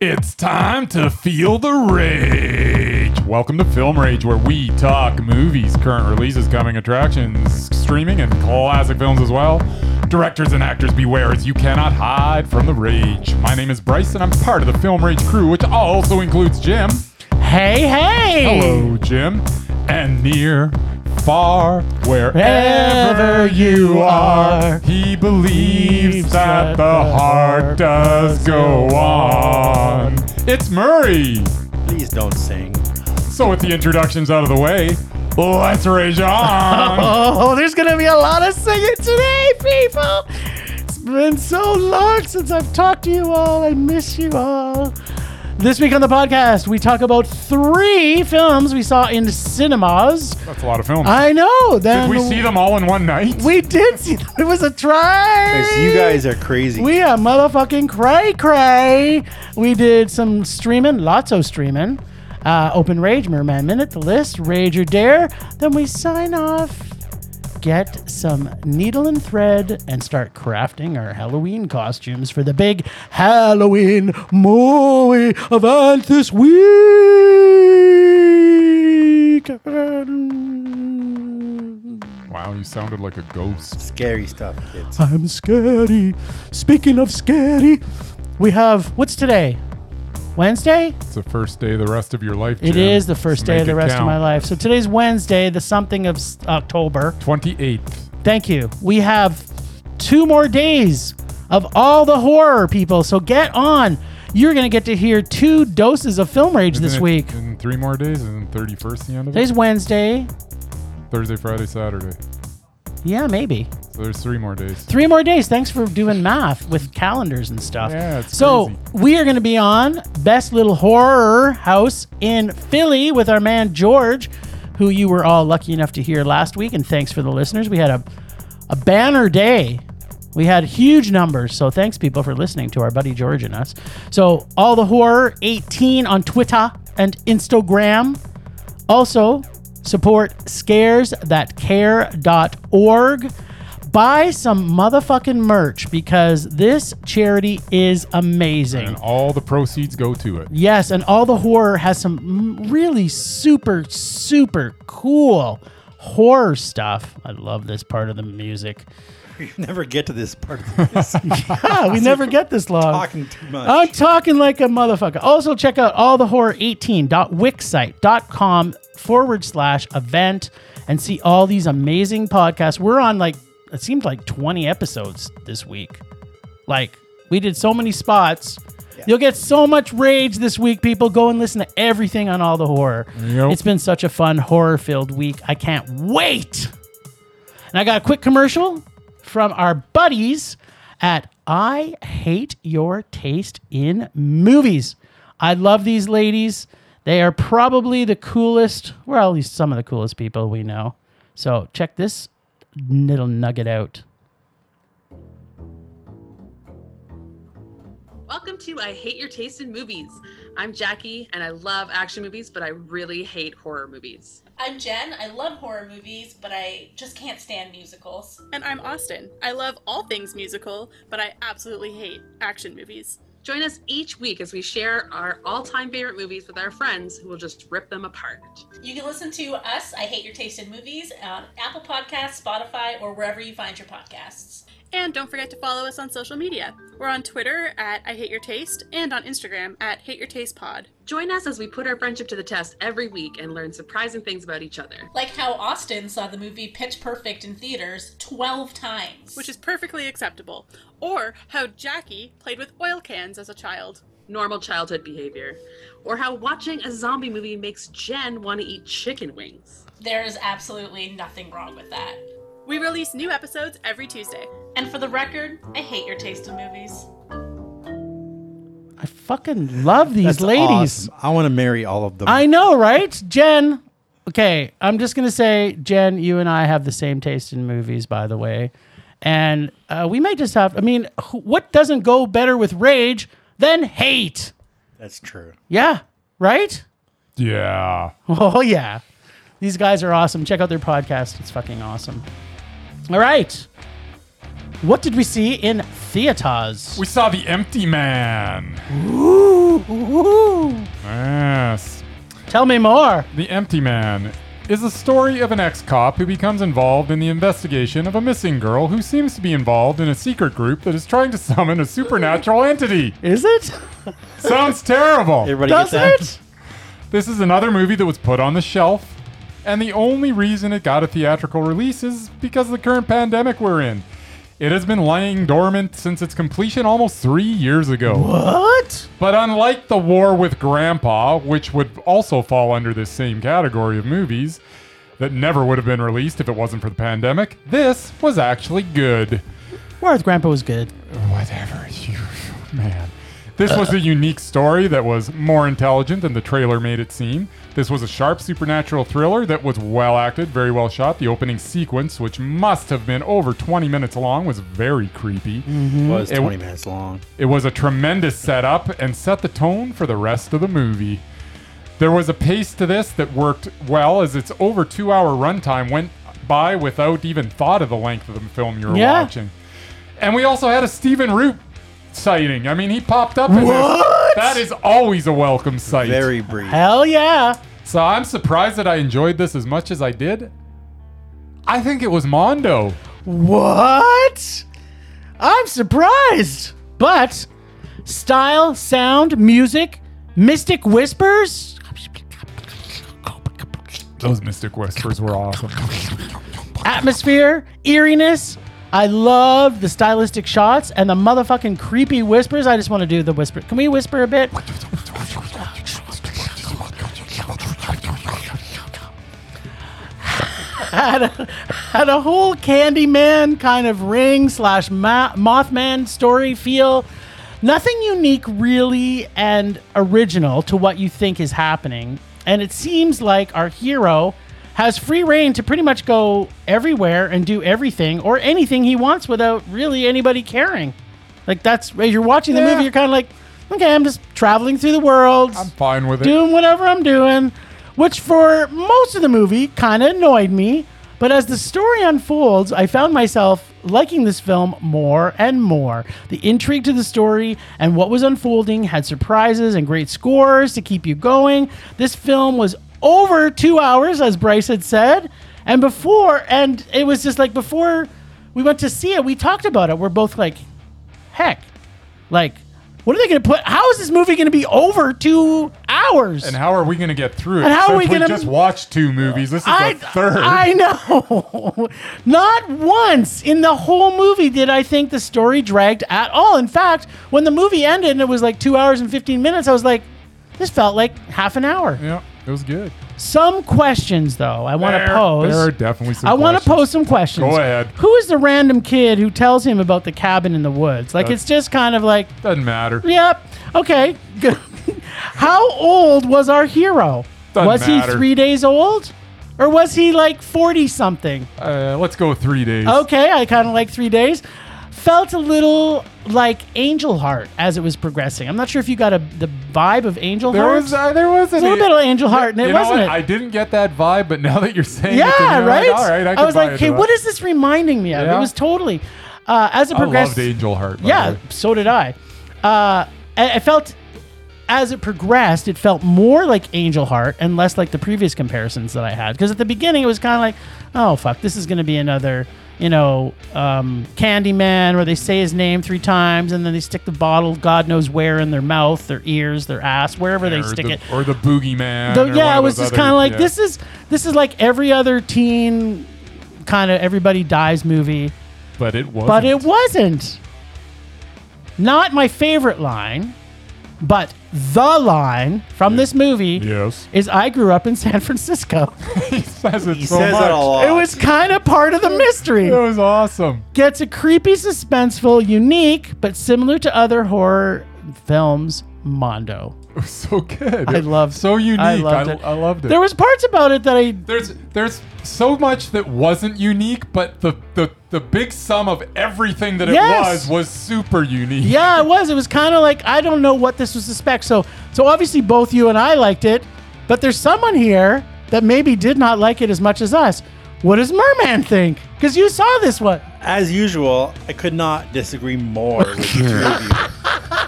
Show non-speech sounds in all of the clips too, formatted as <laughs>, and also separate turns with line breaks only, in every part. It's time to feel the rage. Welcome to Film Rage, where we talk movies, current releases, coming attractions, streaming, and classic films as well. Directors and actors, beware as you cannot hide from the rage. My name is Bryce, and I'm part of the Film Rage crew, which also includes Jim.
Hey, hey!
Hello, Jim. And near, far, wherever
Wherever
you
you
are,
are,
he believes that the heart does go on. It's Murray.
Please don't sing.
So, with the introductions out of the way, let's rage
<laughs>
on.
Oh, there's gonna be a lot of singing today, people! It's been so long since I've talked to you all. I miss you all. This week on the podcast, we talk about three films we saw in cinemas.
That's a lot of films.
I know that
Did we see them all in one night?
We did see <laughs> them. It was a try.
Guys, you guys are crazy.
We are motherfucking cray cray. We did some streaming, lots of streaming. Uh, open Rage, Merman Minute, the list, Rage or Dare. Then we sign off, get some needle and thread, and start crafting our Halloween costumes for the big Halloween movie event this week.
wow, you sounded like a ghost.
Scary stuff, kids.
I'm scary. Speaking of scary, we have what's today? Wednesday?
It's the first day of the rest of your life.
It is
Jim.
the first
So
day
make
of the
it
rest of
count.
my life. So today's Wednesday, the something of s- October.
28th.
Thank you. We have two more days of all the horror people. So get on. You're going to get to hear two doses of film rage this
Isn't it
week.
In three more days, isn't 31st the end of it?
Today's Wednesday.
Thursday, Friday, Saturday.
Yeah, maybe.
So there's three more days.
Three more days. Thanks for doing math with calendars and stuff.
Yeah, it's
so
crazy.
we are going to be on Best Little Horror House in Philly with our man George, who you were all lucky enough to hear last week. And thanks for the listeners. We had a, a banner day. We had huge numbers. So thanks, people, for listening to our buddy George and us. So all the horror 18 on Twitter and Instagram. Also, support scaresthatcare.org. Buy some motherfucking merch because this charity is amazing.
And all the proceeds go to it.
Yes, and all the horror has some m- really super, super cool horror stuff. I love this part of the music.
You <laughs> never get to this part <laughs> of this.
<laughs> Ah, we never get this long.
Talking too much.
I'm talking like a motherfucker. Also, check out all the horror18.wixsite.com forward slash event and see all these amazing podcasts. We're on like, it seemed like 20 episodes this week. Like, we did so many spots. You'll get so much rage this week, people. Go and listen to everything on all the horror.
Yep.
It's been such a fun, horror filled week. I can't wait. And I got a quick commercial from our buddies at I Hate Your Taste in Movies. I love these ladies. They are probably the coolest, well, at least some of the coolest people we know. So check this little nugget out.
Welcome to I Hate Your Taste in Movies. I'm Jackie, and I love action movies, but I really hate horror movies.
I'm Jen. I love horror movies, but I just can't stand musicals.
And I'm Austin. I love all things musical, but I absolutely hate action movies.
Join us each week as we share our all time favorite movies with our friends who will just rip them apart.
You can listen to us, I Hate Your Taste in Movies, on Apple Podcasts, Spotify, or wherever you find your podcasts.
And don't forget to follow us on social media. We're on Twitter at I Hate Your Taste and on Instagram at Hate Your Taste Pod.
Join us as we put our friendship to the test every week and learn surprising things about each other.
Like how Austin saw the movie Pitch Perfect in theaters 12 times.
Which is perfectly acceptable. Or how Jackie played with oil cans as a child.
Normal childhood behavior. Or how watching a zombie movie makes Jen want to eat chicken wings.
there is absolutely nothing wrong with that.
We release new episodes every Tuesday.
And for the record, I hate your taste in movies.
I fucking love these
That's
ladies.
awesome. I want to marry all of them.
I know, right? Jen. Okay, I'm just gonna say, Jen, you and I have the same taste in movies, by the way, and uh, we might just have. I mean, wh- what doesn't go better with rage than hate?
That's true.
Yeah, right. <laughs>
Yeah.
Oh yeah, these guys are awesome. Check out their podcast; it's fucking awesome. All right, what did we see in theaters?
We saw The Empty Man.
Woo!
Yes.
Tell me more.
The Empty Man is the story of an ex cop who becomes involved in the investigation of a missing girl who seems to be involved in a secret group that is trying to summon a supernatural entity.
Is it?
Sounds terrible.
Everybody
Does
get that?
it?
This is another movie that was put on the shelf, and the only reason it got a theatrical release is because of the current pandemic we're in. It has been lying dormant since its completion almost three years ago.
What?
But unlike The War with Grandpa, which would also fall under this same category of movies that never would have been released if it wasn't for the pandemic, this was actually good.
War's grandpa was good.
Whatever, you man. This <laughs> was a unique story that was more intelligent than the trailer made it seem. This was a sharp supernatural thriller that was well acted, very well shot. The opening sequence, which must have been over 20 minutes long, was very creepy.
was
It
20
w-
minutes long.
It was a tremendous setup and set the tone for the rest of the movie. There was a pace to this that worked well as its over two hour runtime went by without even thought of the length of the film you were
Yeah.
watching. And we also had a Stephen Root sighting. I mean, he popped up. in this.
What?
That is always a welcome sight.
Very brief.
Hell yeah.
So I'm surprised that I enjoyed this as much as I did. I think it was Mondo.
What? I'm surprised. But style, sound, music, mystic whispers.
Those Mystic Whispers were awesome.
atmosphere, eeriness. I love the stylistic shots and the motherfucking creepy whispers. I just want to do the whisper. Can we whisper a bit? had, a, had a whole Candyman kind of ring slash ma- Mothman story feel. Nothing unique, really, and original to what you think is happening. And it seems like our hero has free reign to pretty much go everywhere and do everything or anything he wants without really anybody caring. Like, that's as you're watching the
Yeah.
movie, you're kind of like, okay, I'm just traveling through the world
I'm fine with it.
doing whatever I'm doing, which for most of the movie kind of annoyed me. But as the story unfolds, I found myself liking this film more and more. The intrigue to the story and what was unfolding had surprises and great scores to keep you going. This film was over two hours, as Bryce had said. And before, and it was just like before we went to see it, we talked about it. We're both like, heck, like, what are they going to put? How is this movie going to be over two hours?
And how are we going to get through it?
And how are
Since
we gonna-
just watched two movies. This is
I,
the third.
I know. <laughs> Not once in the whole movie did I think the story dragged at all. In fact, when the movie ended and it was like two hours and 15 minutes, I was like, this felt like half an hour.
yeah, it was good.
Some questions, though, I want to
There-
pose.
There are definitely some.
I want to
questions.
pose some questions.
Go ahead.
Who is the random kid who tells him about the cabin in the woods? Like,
That's-
it's just kind of like,
Doesn't matter.
Yep. Okay. Good. <laughs> How old was our hero?
Doesn't
was
matter.
he three days old? Or was he like 40 something?
Uh, let's go three days.
Okay, I kind of like three days. Felt a little like Angel Heart as it was progressing. I'm not sure if you got a, the vibe of Angel
There
Heart.
was uh, there was
a little bit of Angel Heart in it,
you know
wasn't
what?
it?
I didn't get that vibe, but now that you're saying it, to me,
yeah,
I'm
right?
Like, All right, I,
was like, okay, what
what is?
is this reminding me of?
Yeah.
It was totally. Uh, as it
I
progressed,
loved Angel Heart. by the
Yeah,
way.
so did I. Uh, I I felt as it progressed, it felt more like Angel Heart and less like the previous comparisons that I had. Because at the beginning, it was kind of like, oh fuck, this is going to be another, you know, um, Candyman, where they say his name three times and then they stick the bottle, God knows where, in their mouth, their ears, their ass, wherever they
Or
stick
the,
it.
Or the boogeyman.
Though,
or one
yeah, it
of
was
those
just
other-
kind of like
yeah.
this is this is like every other teen kind of everybody dies movie
But it was.
but it wasn't. Not my favorite line, but the line from this movie <laughs>
Yes.
is I grew up in
<laughs>
San Francisco.
he says it
He
so
says
much.
it a lot.
it was kind of part of the mystery.
It was awesome.
Gets a creepy, suspenseful, unique, but similar to other horror films, Mondo.
It was so good.
I loved
So unique.
I loved
I,
it.
I loved it.
There was parts about it that I
there's there's so much that wasn't unique, but the the, the big sum of everything that it
Yes.
was was super unique.
Yeah, it was. It was kind of like I don't know what this was to spec. So, so obviously both you and I liked it, but there's someone here that maybe did not like it as much as us. What does Merman think? Because you saw this one.
As
<laughs>
<laughs> usual, I could not disagree more with the two of you.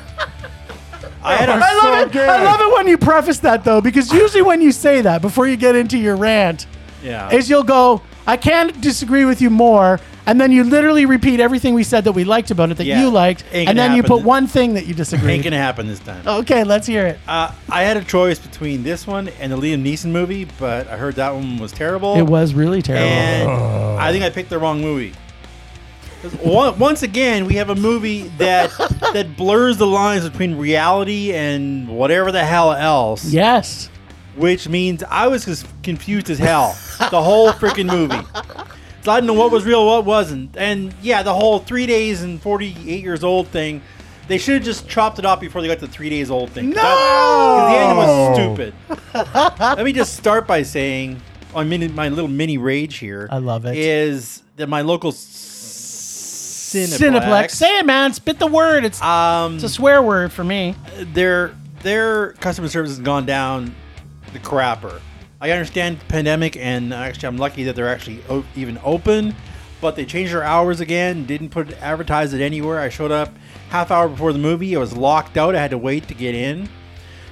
I had a
I love
so
it.
good.
I love it when you preface that though, because usually when you say that before you get into your rant,
yeah.
is you'll go, I can't disagree with you more, and then you literally repeat everything we said that we liked about it that
Yeah.
you liked,
Ain't
and
gonna
then you
happen.
put one thing that you disagree.
ain't gonna happen this time.
Okay, let's hear it.
Uh, I had a choice between this one and the Liam Neeson movie, but I heard that one was terrible.
It was really terrible.
Oh. And I think I picked the wrong movie. 'Cause on- Once again, we have a movie that that blurs the lines between reality and whatever the hell else.
yes.
Which means I was just confused as
<laughs>
hell the whole freaking movie. So I didn't know what was real, what wasn't. And yeah, the whole three days and 48 years old thing, they should have just chopped it off before they got to three days old thing. 'Cause that- 'cause the end was stupid. Let me just start by saying, on mini, my little mini rage here,
I love it.
Is that my local s- Cineplex?
Cineplex. Say it, man. Spit the word. It's,
Um,
it's a swear word for me.
their their customer service has gone down the crapper. I understand the pandemic, and actually, I'm lucky that they're actually o- even open. But they changed their hours again. Didn't put advertise it anywhere. I showed up half hour before the movie. I was locked out. I had to wait to get in.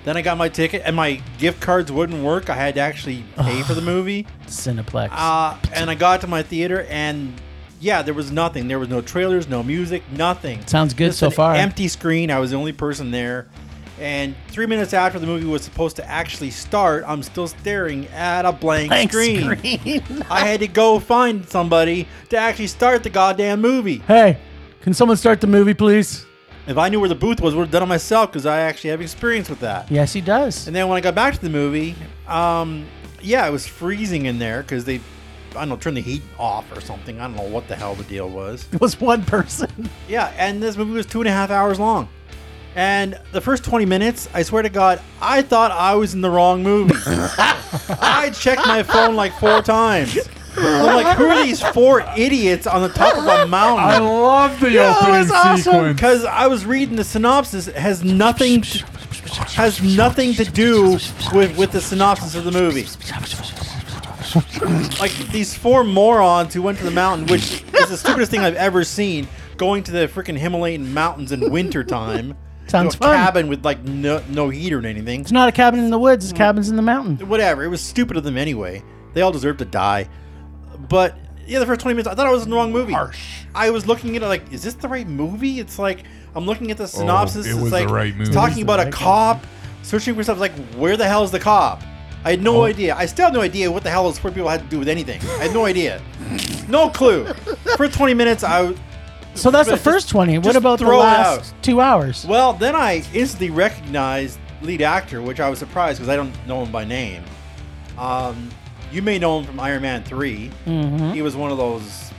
Then I got my ticket, and my gift cards wouldn't work. I had to actually pay for the movie.
Cineplex.
Uh, and I got to my theater, and yeah, there was nothing. There was no trailers, no music, nothing.
Sounds good
Just
so
an
far.
Empty screen. I was the only person there. And three minutes after the movie was supposed to actually start, I'm still staring at a blank,
Blank
screen. <laughs> I had to go find somebody to actually start the goddamn movie.
hey, can someone start the movie, please?
If I knew where the booth was, I would have done it myself because I actually have experience with that.
Yes, he does.
And then when I got back to the movie, um, yeah, it was freezing in there because they, I don't know, turned the heat off or something. I don't know what the hell the deal was.
It was one person.
Yeah, and this movie was two and a half hours long. And the first 20 minutes, I swear to God, I thought I was in the wrong movie. I checked my phone like four times. I'm like, who are these four idiots on the top of
<laughs>
a
I
mountain?
love the
Yeah, that
opening
was awesome, <laughs>
sequence.
Because I was reading the synopsis, it has nothing has nothing to do with, with the synopsis of the movie. Like these four morons who went to the mountain, which is the stupidest thing I've ever seen, going to the freaking Himalayan mountains in wintertime.
<laughs> Sounds
to a
fun.
cabin with like no, no heater and anything.
It's not a cabin in the woods. It's cabins in the mountain.
Whatever. It was stupid of them anyway. They all deserve to die. But yeah, the first 20 minutes, I thought I was in the wrong movie.
Harsh.
I was looking at it like, is this the right movie? It's like I'm looking at the synopsis.
Oh, it
it's
was the
like
right
it's
movie.
talking about a
Right
cop searching for stuff. Like, where the hell is the cop? I had
Oh.
no idea. I still have no idea what the hell those four people had to do with anything. I had no idea. no clue. For 20 minutes, I w-
So that's the
Just-
first 20. What
just
about the
throw it
last two hours?
well then I instantly recognized lead actor, which I was surprised because I don't know him by name. Um, you may know him from Iron Man 3
Mhm.
He was one of those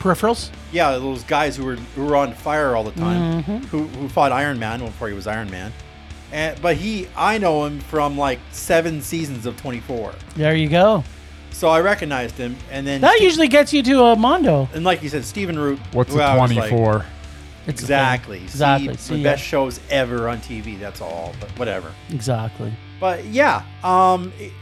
Peripherals?
Yeah, those guys who were who were on fire all the time,
Mm-hmm.
who, who fought Iron Man before he was Iron Man. And, but he, I know him from like seven seasons of 24,
There you go.
so I recognized him. And then,
That usually gets you to a Mondo.
and like you said, Stephen Root.
What's
who
a
I was like,
24?
It's a thing.
exactly,
Exactly.
See,
See,
the
yeah.
best shows ever on TV. That's all, but whatever.
Exactly.
But yeah, um, i-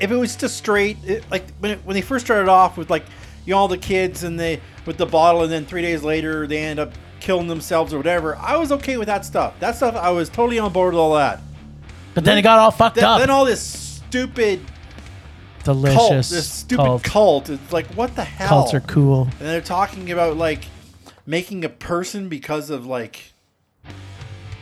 if it was just straight, it, like when it, when they first started off with like you know all the kids and they with the bottle, and then three days later they end up killing themselves or whatever. I was okay with that stuff. That stuff I was totally on board with all that.
But then it got all fucked
Then,
up.
then all this stupid
Delicious.
cult, this stupid cult.
cult.
It's like what the hell?
Cults are cool.
And they're talking about like making a person because of like.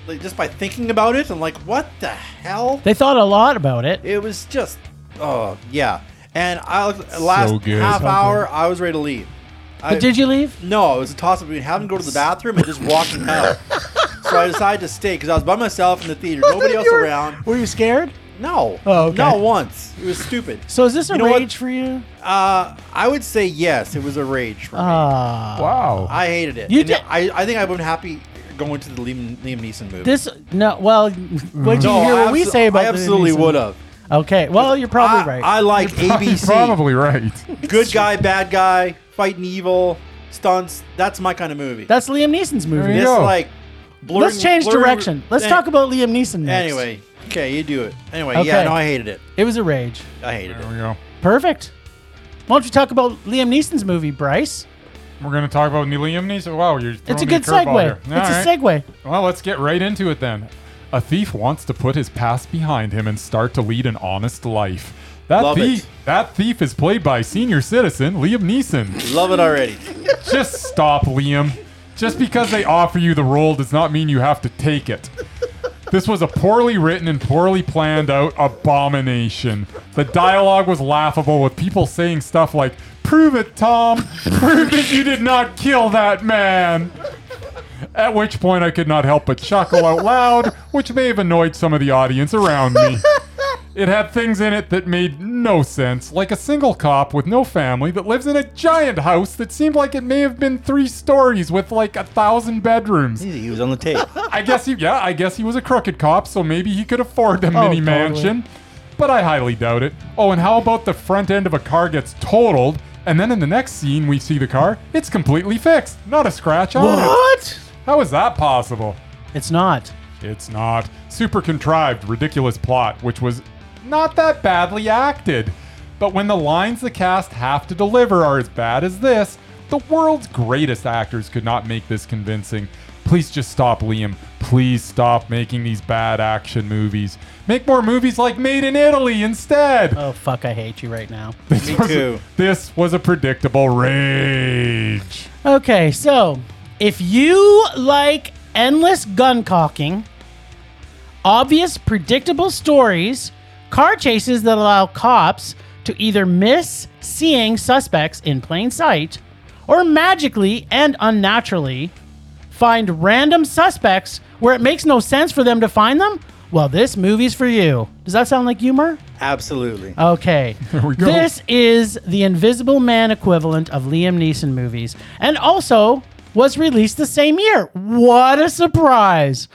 Like just by thinking about it, I'm like, what the hell?
They thought a lot about it.
It was just, oh yeah. And I last
good.
half
So
hour, I was ready to leave. I,
But did you leave?
No, it was a toss up between having to go to the bathroom and just walking
<laughs>
out. so I decided to stay because I was by myself in the theater, nobody else
You were-
around.
Were you scared?
No,
Oh, okay.
not once. It was stupid.
So is this a
You know what?
rage for you?
Uh, I would say yes. It was a rage for me.
Ah.
Wow. <laughs>
I hated it.
You
And
did-
I, I think I've been happy going to the Liam, Liam Neeson movie.
This no well what did you
no,
hear
I
what we
abso-
say about
I
the
absolutely
Neeson?
would have.
Okay. Well you're probably
I,
right. <laughs>
I like ABC.
Probably right.
good guy, bad guy, fighting evil, stunts. That's my kind of movie.
That's Liam Neeson's movie.
There
This
you go.
like blurring,
Let's change
blurring-
direction. Let's
An-
talk about Liam Neeson next.
Anyway, okay, you do it. Anyway,
Okay.
yeah, no, I hated it.
It was a rage.
I hated
There
it.
we go.
Perfect. Why don't you talk about Liam Neeson's movie, Bryce?
We're going to talk about Liam Neeson. Wow, you're throwing
It's a
me
good
curveball
segue.
here. All right.
It's a segue.
Well, let's get right into it then. A thief wants to put his past behind him and start to lead an honest life. That
Love
thief,
it.
that thief is played by senior citizen Liam Neeson.
Love it already.
Just stop, Liam. Just because they offer you the role does not mean you have to take it. This was a poorly written and poorly planned out abomination. The dialogue was laughable with people saying stuff like, Prove it, Tom! Prove that you did not kill that man! At which point I could not help but chuckle out loud, which may have annoyed some of the audience around me. It had things in it that made no sense, like a single cop with no family that lives in a giant house that seemed like it may have been three stories with like a thousand
<laughs>
bedrooms.
Easy, he was on the tape.
I guess he, yeah, I guess he was a crooked cop, so maybe he could afford a mini
totally.
mansion, but I highly doubt it. Oh, and how about the front end of a car gets totaled, and then in the next scene we see the car, it's completely fixed, not a scratch on
<gasps>
it.
What?
How is that possible?
It's not.
It's not. Super contrived, ridiculous plot, which was not that badly acted. But when the lines the cast have to deliver are as bad as this, the world's greatest actors could not make this convincing. Please just stop, Liam. Please stop making these bad action movies. Make more movies like Made in Italy instead.
Oh fuck! I hate you right now.
Me too.
This was a predictable rage.
Okay, so if you like endless gun cocking, obvious, predictable stories, car chases that allow cops to either miss seeing suspects in plain sight or magically and unnaturally find random suspects where it makes no sense for them to find them, well, this movie's for you. Does that sound like humor?
Absolutely.
<laughs>
Okay.
we go.
This is the Invisible Man equivalent of Liam Neeson movies and also was released the same year. What a surprise!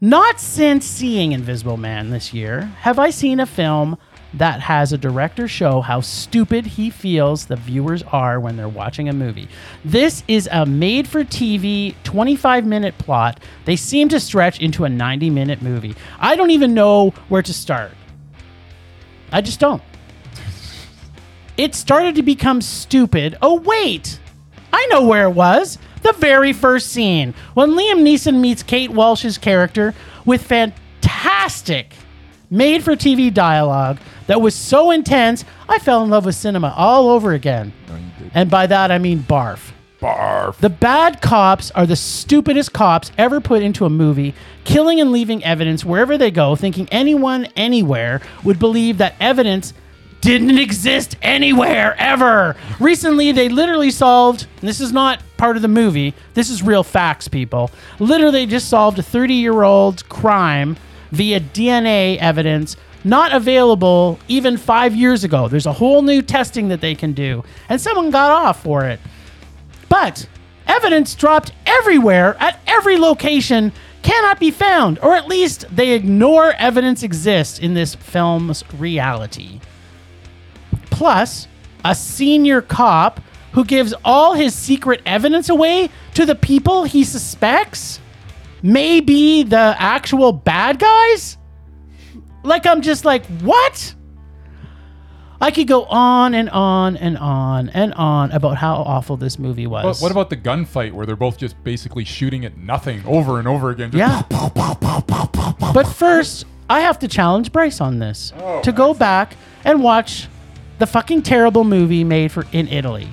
Not since seeing Invisible Man this year have I seen a film that has a director show how stupid he feels the viewers are when they're watching a movie. This is a made for TV 25 minute plot. They seem to stretch into a 90 minute movie. I don't even know where to start. I just don't. It started to become stupid. Oh, wait! I know where it was. The very first scene when Liam Neeson meets Kate Walsh's character with fantastic made for TV dialogue that was so intense, I fell in love with cinema all over again. And by that, I mean barf.
Barf.
The bad cops are the stupidest cops ever put into a movie, killing and leaving evidence wherever they go, thinking anyone anywhere would believe that evidence didn't exist anywhere ever. Recently, they literally solved, and this is not part of the movie, this is real facts, people. Literally, just solved a 30 year old crime via DNA evidence not available even five years ago. There's a whole new testing that they can do, and someone got off for it. But evidence dropped everywhere at every location cannot be found, or at least they ignore evidence exists in this film's reality. Plus, a senior cop who gives all his secret evidence away to the people he suspects may be the actual bad guys? Like, I'm just like, what? I could go on and on and on and on about how awful this movie was.
But what about the gunfight where they're both just basically shooting at nothing over and over again? Just
Yeah. but first, I have to challenge Bryce on this to go back and watch the fucking terrible movie made for in Italy.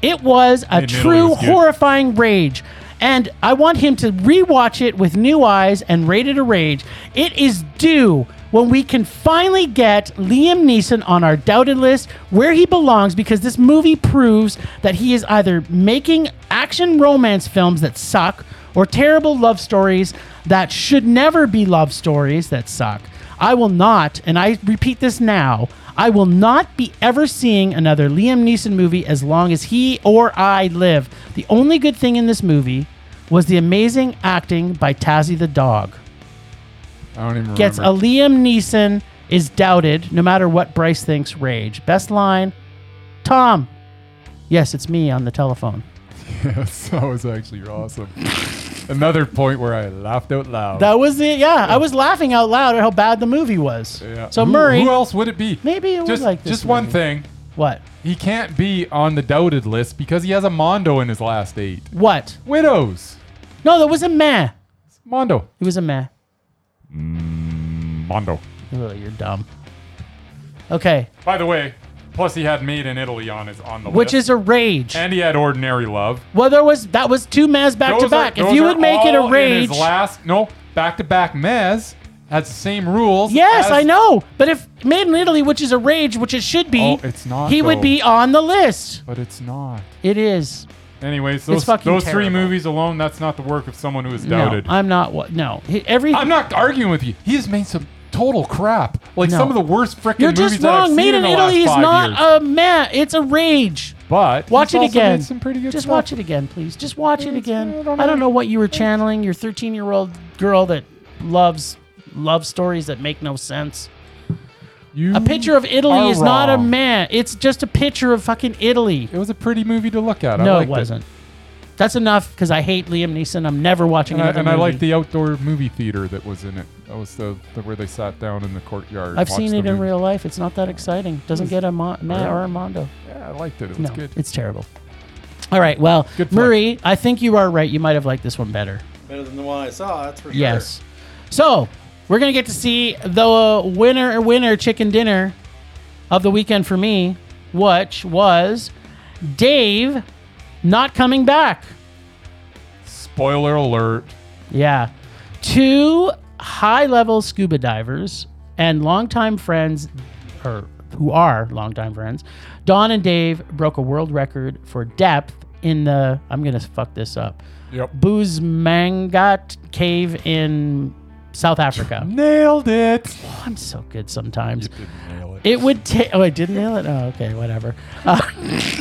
It was a
Italy
true
was good.
horrifying rage. And I want him to rewatch it with new eyes and rate it a rage. It is due when we can finally get Liam Neeson on our doubted list where he belongs because this movie proves that he is either making action romance films that suck or terrible love stories that should never be love stories that suck. I will not, and I repeat this now, I will not be ever seeing another Liam Neeson movie as long as he or I live. The only good thing in this movie was the amazing acting by Tazzy the dog.
I don't even
Gets a
remember.
Liam Neeson is doubted no matter what Bryce thinks rage. Best line Tom. Yes, it's me on the telephone.
<laughs> yes, that was actually awesome. Another point where I laughed out loud.
That was it. Yeah, I was laughing out loud at how bad the movie was.
Yeah.
So
Who-
Murray,
Who else would it be?
maybe it was
Just,
like this
just one
movie.
thing.
What?
He can't be on the doubted list because he has a Mondo in his last eight.
What?
Widows.
No, that was a meh.
Mondo.
It was a meh.
Mondo.
Ugh, you're dumb. Okay,
By the way, plus he had Made in Italy on his on the
which
list.
is a rage.
and he had Ordinary Love.
Well, there was that was two Maz back to
Those are-
back. If
those
you
are
would make it a
all in
rage,
his last no back to back Mez has the same rules.
yes,
as-
I know. But if Made in Italy, which is a rage, which it should be,
Oh, it's not,
He
though.
would be on the list.
but it's not.
It is.
Anyways, those those
fucking
three
terrible.
movies alone, that's not the work of someone who is
No,
doubted.
I'm not. What? No. He- Every.
I'm not arguing with you. He has made some total crap. Like
No.
some of the worst freaking
You're
movies
just
that I've
wrong.
seen
Made in
the
Italy is
last five
not
years.
a man. It's a rage.
but
Watch
he's
it
also
again.
Made some pretty good
Just
stuff.
watch it again, please. Just watch it again.
I
I
don't
don't,
know.
know what you were channeling. Your 13 year old girl that loves love stories that make no sense.
You
A picture of
are
Italy is not a
wrong.
man. It's just a picture of fucking Italy.
It was a pretty movie to look at. I
no,
liked
it wasn't. That's enough because I hate Liam Neeson. I'm never watching
And, I,
another
and I
movie.
like the outdoor movie theater that was in it. That was the, the where they sat down in the courtyard. and
I've
watched
seen
the
it in
movie.
real life. It's not that exciting. Doesn't get a Mo- Matt or Armando.
Yeah, I liked it. It was
No,
Mm. good.
it's terrible. All right. Well,
Good plug.
Murray, I think you are right. You might have liked this one better.
Better than the one I saw, that's for sure.
Yes. So we're gonna get to see the winner winner chicken dinner of the weekend for me, which was Dave not coming back.
Spoiler alert.
Yeah. Two high level scuba divers and longtime friends, or who are longtime friends, Don and Dave broke a world record for depth in the, I'm going to fuck this up,
Yep.
Boozmangat Cave in South Africa.
Nailed it.
Oh, I'm so good sometimes.
Didn't nail it.
It would take. Oh, I did nail it. Oh, okay, whatever. Uh, <laughs>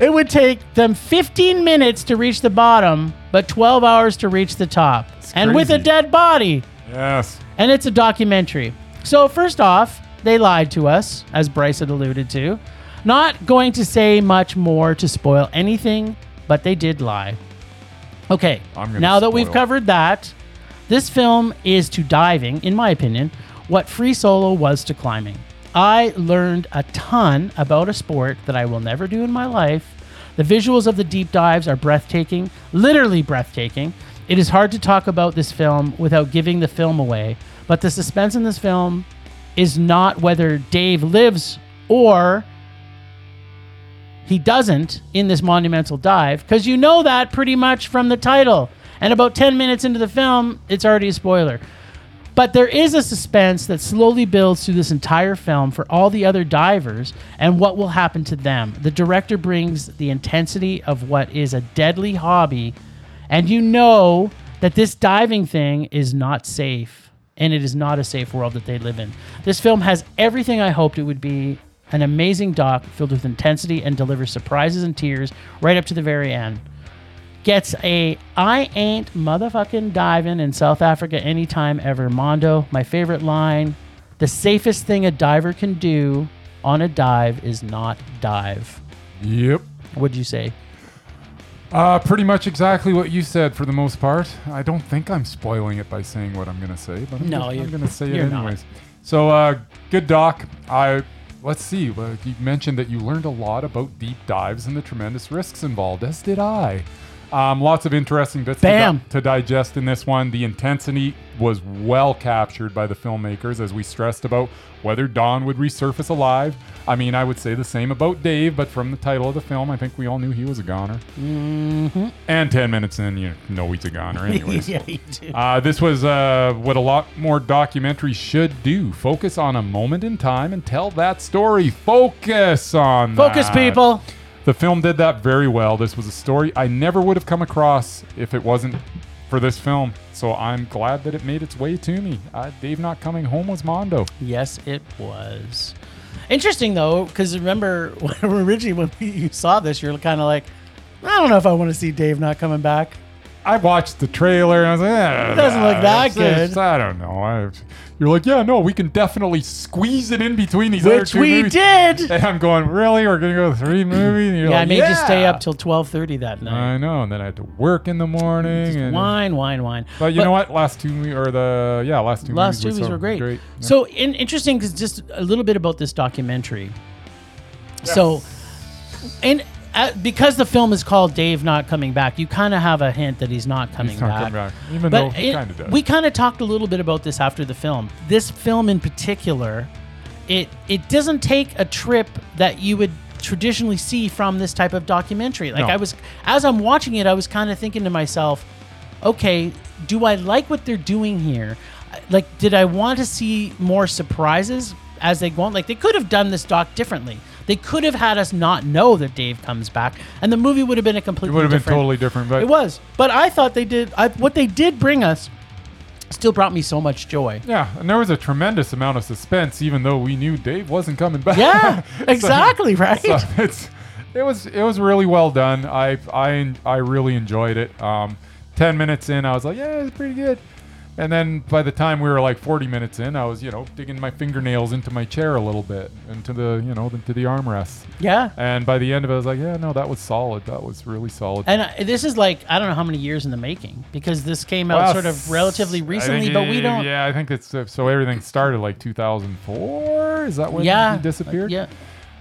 it would take them 15 minutes to reach the bottom, but 12 hours to reach the top, and with a
crazy.
dead body.
Yes.
And it's a documentary. So first off, they lied to us, as Bryce had alluded to. Not going to say much more to spoil anything, but they did lie. Okay,
I'm gonna
now that we've
spoil.
covered that, this film is to diving, in my opinion, what Free Solo was to climbing. I learned a ton about a sport that I will never do in my life. The visuals of the deep dives are breathtaking, literally breathtaking. It is hard to talk about this film without giving the film away, but the suspense in this film is not whether Dave lives or he doesn't in this monumental dive because you know that pretty much from the title. And about 10 minutes into the film, it's already a spoiler. But there is a suspense that slowly builds through this entire film for all the other divers and what will happen to them. The director brings the intensity of what is a deadly hobby, and you know that this diving thing is not safe, and it is not a safe world that they live in. This film has everything I hoped it would be an amazing doc filled with intensity and delivers surprises and tears right up to the very end gets a I ain't motherfucking diving in South Africa anytime ever. Mondo, my favorite line. The safest thing a diver can do on a dive is not dive.
Yep.
What'd you say?
Uh, pretty much exactly what you said for the most part. I don't think I'm spoiling it by saying what I'm gonna say, but I'm,
No,
just- I'm
you're-
gonna say it
you're not.
anyways. So, uh, good doc. I let's see. uh, You mentioned that you learned a lot about deep dives and the tremendous risks involved, as did I. Um, lots of interesting bits to di-
Bam.
to digest in this one. The intensity was well captured by the filmmakers as we stressed about whether Don would resurface alive. I mean, I would say the same about Dave, but from the title of the film, I think we all knew he was a goner. And 10 minutes in, you know he's a
<laughs>
goner, anyways.
you do.
Uh, this was uh, what a lot more documentaries should do. Focus on a moment in time and tell that story. Focus on
Focus,
that.
people.
The film did that very well. This was a story I never would have come across if it wasn't for this film. So I'm glad that it made its way to me. Uh, Dave not coming home was Mondo.
Yes, it was. Interesting though, because remember <laughs> when originally when we- you saw this, you're kind of like, I don't know if I want to see Dave not coming back.
I watched the trailer and I was like, eh,
doesn't look that
it's- it's-
good."
I don't know. I, you're like, yeah, no, we can definitely squeeze it in between these other
Which
two
we
movies."
did.
And I'm going, really? We're gonna go
<clears throat>
three movies? And you're
Yeah, I
like,
made you stay
"Yeah."
up till twelve thirty that night.
I know, and then I had to work in the morning. and,
wine, wine, wine.
But you know what? Last two mo- or the yeah, last two
last two
movies
movies
so
were great.
Yeah.
So in, interesting because just a little bit about this documentary. So, and uh, because the film is called Dave Not Coming Back, you kind of have a hint that he's not coming
He's not
back.
coming back. Even though
But
he
it-
kind of does.
we kind of talked a little bit about this after the film. This film in particular, it it doesn't take a trip that you would traditionally see from this type of documentary. Like
No.
I was as I'm watching it, I was kind of thinking to myself, okay, do I like what they're doing here? Like, did I want to see more surprises as they go on? Like, they could have done this doc differently. They could have had us not know that Dave comes back, and the movie would have been a
it
completely
would have been
different-
totally different, but
it was, but I thought they did. I, what they did bring us still brought me so much
<laughs>
joy.
yeah, and there was a tremendous amount of suspense, even though we knew Dave wasn't coming back.
Yeah, exactly right.
<laughs> So <laughs> it's it was it was really well done. I I I really enjoyed it. Um, ten minutes in, I was like, yeah, it's pretty good. And then by the time we were like 40 minutes in, I was you know digging my fingernails into my chair a little bit, into the you know into the armrests.
yeah,
And by the end of it, I was like, yeah, no, that was solid. That was really solid.
and uh, this is like I don't know how many years in the making because this came out
Well,
sort of
s- I
relatively
think
recently, but we
it-
don't.
Yeah, I think it's uh, so everything started like 2004. Is that when
yeah,
he disappeared?
Yeah,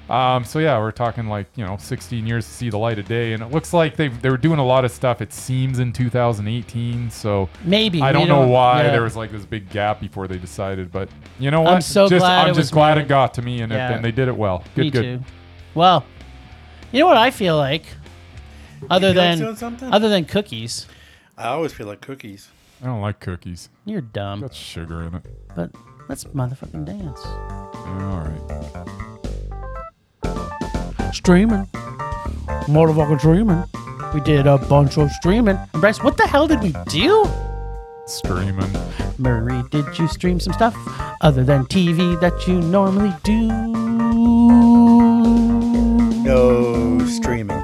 Um, so yeah, we're talking like you know 16 years to see the light of day, and it looks like they they were doing a lot of stuff. It seems in 2018, so
maybe.
I
we
don't know why
yeah.
there was like this big gap before they decided. But you know what?
I'm so
just,
glad
I'm
it
just
was
glad
made.
it got to me, and,
Yeah.
it, and they did it well. Good,
Me
good.
too. Well, you know what I feel like, other
feel like
than
doing something?
other than cookies.
I always feel like cookies.
I don't like cookies.
You're dumb,
Got sugar in it.
but let's motherfucking dance.
All right.
streaming. Motherfucking streaming. We did a bunch of streaming. And Bryce, what the hell did we do?
Streaming.
Marie, did you stream some stuff other than TV that you normally do?
No streaming.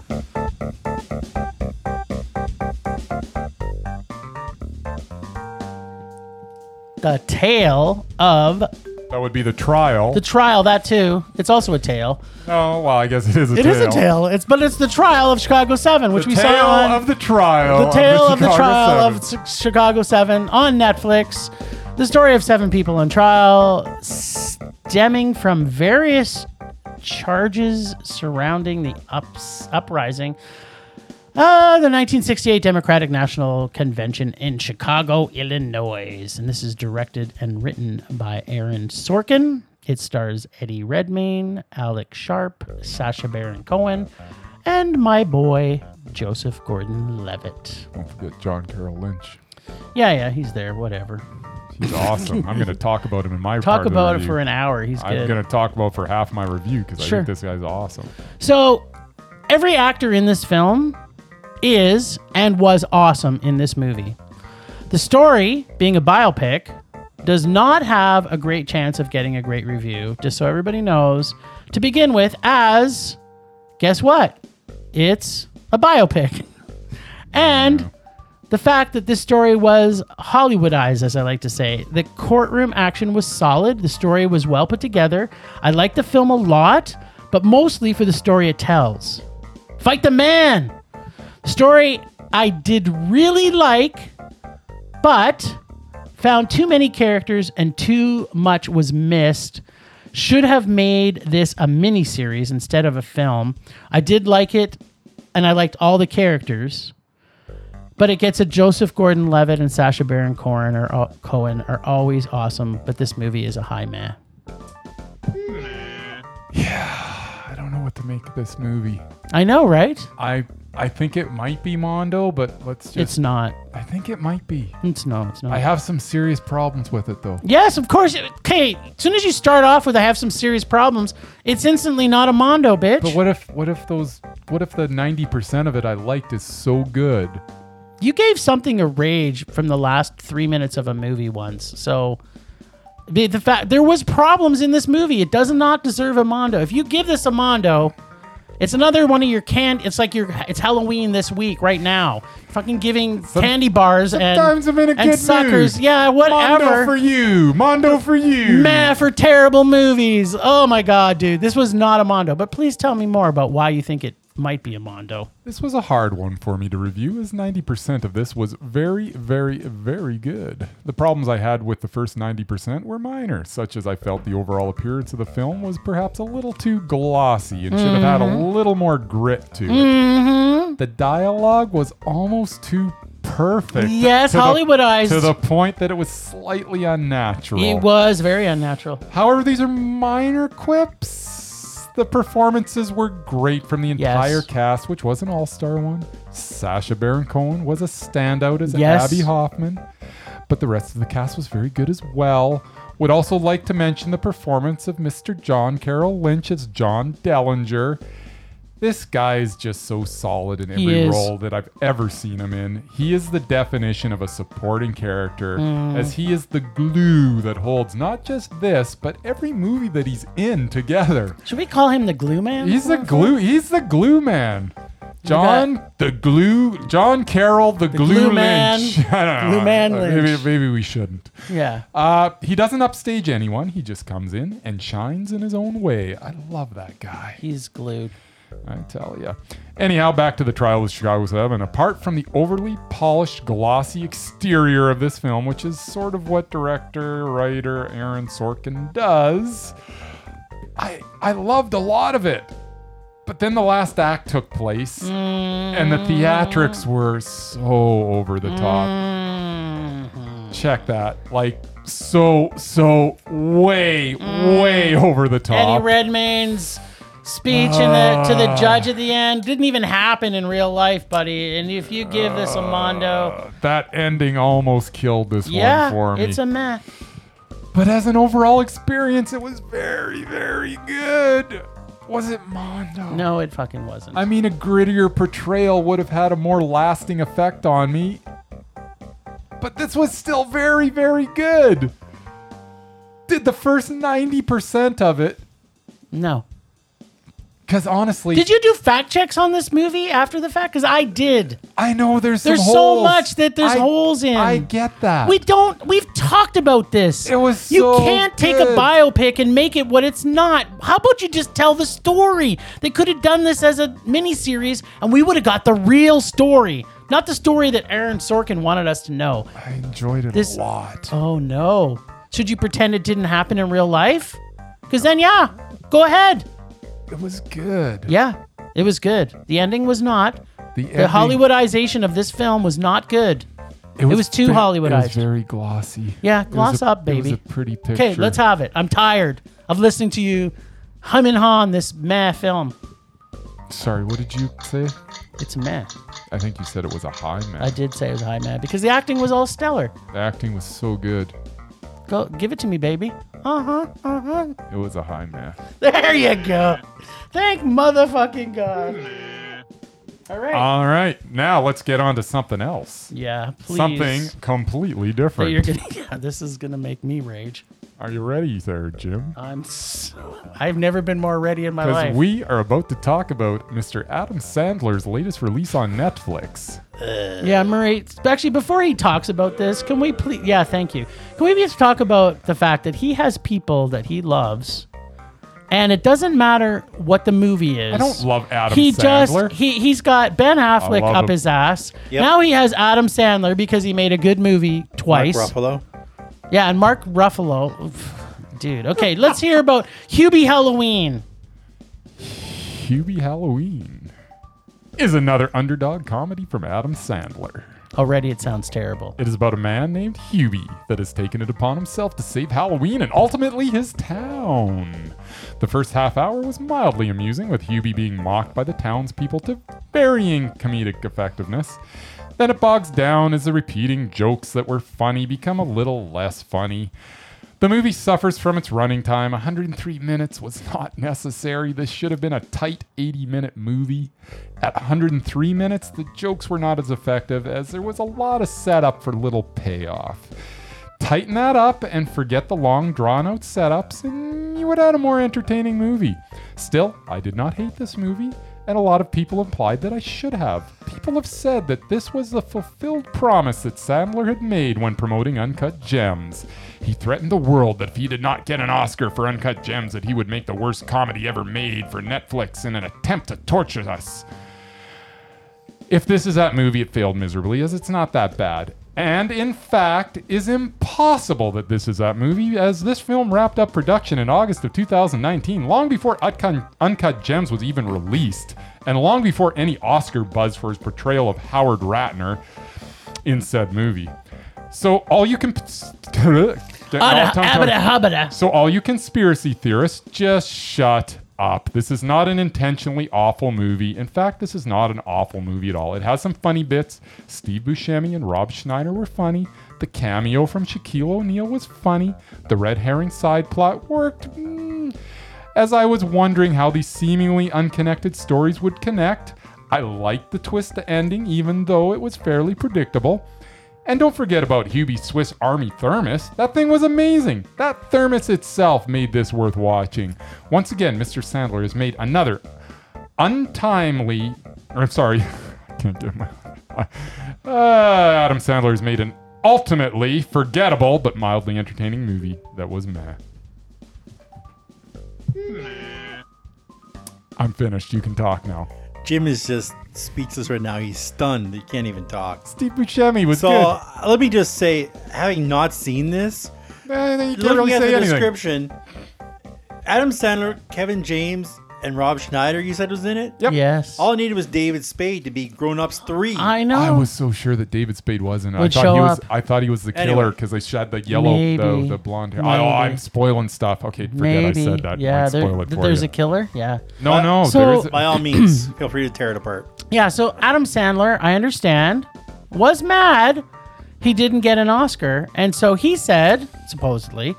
The tale of
That would be the trial.
the trial, that too. It's also a tale.
oh well, I guess it is a
It
tale.
is a tale. It's but it's the trial of Chicago Seven, which
The
we
tale
saw on
of the trial.
the tale of the
Chicago
trial
Seven.
of Ch- Chicago Seven on Netflix. The story of seven people on trial, stemming from various charges surrounding the ups uprising. Uh, the 1968 Democratic National Convention in Chicago, Illinois. And this is directed and written by Aaron Sorkin. It stars Eddie Redmayne, Alex Sharp, Sasha Baron Cohen, and my boy, Joseph Gordon Levitt.
Don't forget John Carroll Lynch.
Yeah, yeah, he's there. Whatever.
He's awesome. I'm going to talk about him in my
Talk
part of the
about it
review.
for an hour. He's
I'm
good.
going to talk about for half my review because I
Sure.
think this guy's awesome.
So, every actor in this film is and was awesome in this movie. The story, being a biopic, does not have a great chance of getting a great review, just so everybody knows. To begin with, as guess what? It's a biopic. <laughs> And the fact that this story was Hollywoodized, as I like to say. The courtroom action was solid. The story was well put together. I like the film a lot, but mostly for the story it tells. Fight the man! Story I did really like, but found too many characters and too much was missed. Should have made this a mini series instead of a film. I did like it, and I liked all the characters but it gets a Joseph Gordon-Levitt and Sacha Baron Cohen are al- Cohen are always awesome, but this movie is a high man.
I don't know what to make of this movie.
I know, right?
I I think it might be Mondo, but let's just.
It's not.
I think it might be.
It's no. It's not.
I have some serious problems with it though.
yes, of course. Okay, as soon as you start off with "I have some serious problems," it's instantly not a mondo, bitch.
But what if what if those what if the 90% of it I liked is so good?
you gave something a rage from the last three minutes of a movie once, so. The, the fact there was problems in this movie. It does not deserve a mondo. If you give this a mondo, it's another one of your can. It's like your it's Halloween this week right now. Fucking giving candy bars and
Sometimes I'm in a
and
good
suckers.
mood.
Yeah, whatever.
Mondo for you. Mondo for you.
Meh for terrible movies. Oh my god, dude, this was not a mondo. But please tell me more about why you think it might be a Mondo.
This was a hard one for me to review, as 90% of this was very, very, very good. The problems I had with the first 90% were minor, such as I felt the overall appearance of the film was perhaps a little too glossy and should have had a
Mm-hmm.
little more grit to it. The dialogue was almost too perfect.
Yes,
to the-
Hollywoodized.
To the point that it was slightly unnatural.
It was very unnatural.
However, these are minor quips. The performances were great from the
Yes.
entire cast, which was an all star one. Sasha Baron Cohen was a standout as
Yes.
Abby Hoffman, but the rest of the cast was very good as well. Would also like to mention the performance of Mr. John Carroll Lynch as John Dellinger. This guy is just so solid in every
is.
role that I've ever seen him in. He is the definition of a supporting character,
Mm.
as he is the glue that holds not just this, but every movie that he's in together.
Should we call him the glue man?
He's the glue. He's the glue man. John the glue. John Carroll the, glue,
glue man.
Lynch. <laughs> I don't know.
Glue man
Maybe,
Lynch.
maybe we shouldn't.
Yeah.
Uh, he doesn't upstage anyone. He just comes in and shines in his own way. I love that guy.
He's glued.
I tell ya. Anyhow, back to the trial of Chicago 7. Apart from the overly polished, glossy exterior of this film, which is sort of what director, writer Aaron Sorkin does, I I loved a lot of it. But then the last act took place, and the theatrics were so over the top check that. Like so, so way, way over the top.
Eddie Redmayne's speech in the, to
Ah.
the judge at the end didn't even happen in real life, buddy. And if you give this a Mondo,
that ending almost killed this one
yeah,
Ah, for me.
it's a meh.
but as an overall experience, it was very, very good. Was it Mondo?
No, it fucking wasn't.
I mean, a grittier portrayal would have had a more lasting effect on me. But this was still very, very good. Did the first 90% of it.
no.
Because honestly,
Did you do fact checks on this movie after the fact? Because I did.
I know there's some
There's so
holes.
much that there's holes in.
I get that.
We don't. We've talked about this.
It was
You
so
can't take a
good.
biopic and make it what it's not. How about you just tell the story? They could have done this as a miniseries, and we would have got the real story, not the story that Aaron Sorkin wanted us to know.
I enjoyed it
This-
a lot.
Oh no! Should you pretend it didn't happen in real life? Because then, yeah, go ahead.
It was good.
Yeah, it was good. The ending was not.
The,
The
ending-
Hollywoodization of this film was not good.
It was,
was too
ve- It was
Hollywoodized.
very glossy.
Yeah,
It was
gloss
a-
up,
It was
baby.
a pretty picture.
Okay, let's have it. I'm tired of listening to you hum and haw on this meh film.
Sorry, what did you say?
It's meh.
I think you said it was a high
I
man.
did say it was high meh because the acting was all stellar.
The acting was so good.
Go, give it to me, baby. Uh huh. Uh huh.
It was a high man.
<laughs> There you go. Thank motherfucking god. All right.
All right, now let's get on to something else.
yeah, please.
Something completely
But
different.
You're gonna, <laughs> yeah, this is gonna make me rage.
Are you ready there, Jim?
I'm. So, I've never been more ready in my
Because
life.
we are about to talk about Mr. Adam Sandler's latest release on Netflix.
Yeah, Murray. Actually, before he talks about this, can we please? Yeah, thank you. Can we just talk about the fact that he has people that he loves, and it doesn't matter what the movie is.
I don't love Adam
He
Sandler.
just he he's got Ben Affleck
love
up
him.
his ass.
Yep.
Now he has Adam Sandler because he made a good movie
Mark
twice.
Ruffalo.
Yeah, and Mark Ruffalo, Oof, dude. Okay, let's hear about Hubie Halloween.
Hubie Halloween is another underdog comedy from Adam Sandler.
Already, it sounds terrible.
It is about a man named Hubie that has taken it upon himself to save Halloween and ultimately his town. The first half hour was mildly amusing, with Hubie being mocked by the townspeople to varying comedic effectiveness. Then it bogs down as the repeating jokes that were funny become a little less funny. The movie suffers from its running time. 103 minutes was not necessary. This should have been a tight 80 minute movie. At 103 minutes, the jokes were not as effective as there was a lot of setup for little payoff. Tighten that up and forget the long drawn out setups, and you would have had a more entertaining movie. Still, I did not hate this movie. and a lot of people implied that I should have. People have said that this was the fulfilled promise that Sandler had made when promoting Uncut Gems. He threatened the world that if he did not get an Oscar for Uncut Gems, that he would make the worst comedy ever made for Netflix in an attempt to torture us. If this is that movie, it failed miserably, as it's not that bad. And in fact, is impossible that this is that movie, as this film wrapped up production in August of 2019, long before Utcun- Uncut Gems was even released, and long before any Oscar buzz for his portrayal of Howard Ratner in said movie. So all you <laughs> can.
Ada, abada, habada.
So, all you conspiracy theorists, just shut up. This is not an intentionally awful movie. In fact, this is not an awful movie at all. It has some funny bits. Steve Buscemi and Rob Schneider were funny. The cameo from Shaquille O'Neal was funny. The red herring side plot worked. mm. As I was wondering how these seemingly unconnected stories would connect, I liked the twist to ending, even though it was fairly predictable. And don't forget about Hubie's Swiss Army thermos. That thing was amazing. That thermos itself made this worth watching. Once again, Mr. Sandler has made another untimely. Or, I'm sorry, <laughs> I can't get my. Uh, Adam Sandler has made an ultimately forgettable but mildly entertaining movie that was meh. I'm finished. You can talk now.
Jim is just speechless right now. He's stunned. He can't even talk.
Steve Buscemi was
So
good.
uh, let me just say, having not seen this,
Eh, you can't
looking
really
at
say
the
anything.
description, Adam Sandler, Kevin James, and Rob Schneider, you said was in it.
Yep.
Yes.
All it needed was David Spade to be Grown Ups Three.
I know.
I was so sure that David Spade wasn't. I
Would
thought
show
he was.
up.
I thought he was the killer
Anyway.
because they shot the yellow, the,
Maybe.
the blonde hair. Oh, I'm
Maybe. spoiling
spoiling stuff. Okay, forget
Maybe.
I said that.
Yeah,
Might
there-
spoil it
th-
for
there's
you.
a killer. Yeah.
no, no.
So-
there is.
By
<clears throat>
all means, feel free to tear it apart.
Yeah, so Adam Sandler, I understand, was mad he didn't get an Oscar. And so he said, supposedly,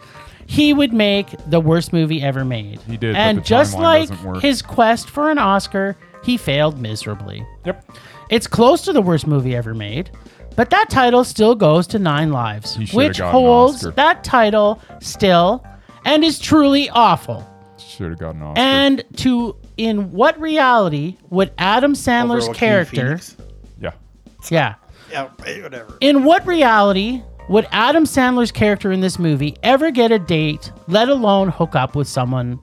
he would make the worst movie ever made. He
did, but
And
the
just
timeline
like
doesn't work.
his quest for an Oscar, he failed miserably.
yep.
It's close to the worst movie ever made, but that title still goes to Nine Lives,
He should've
which
gotten an
holds
Oscar.
that title still and is truly awful.
Should have gotten off.
And to in what reality would Adam Sandler's
Over Joaquin
character
Phoenix.
yeah.
Yeah.
Yeah, eh, whatever.
In what reality would Adam Sandler's character in this movie ever get a date, let alone hook up with someone?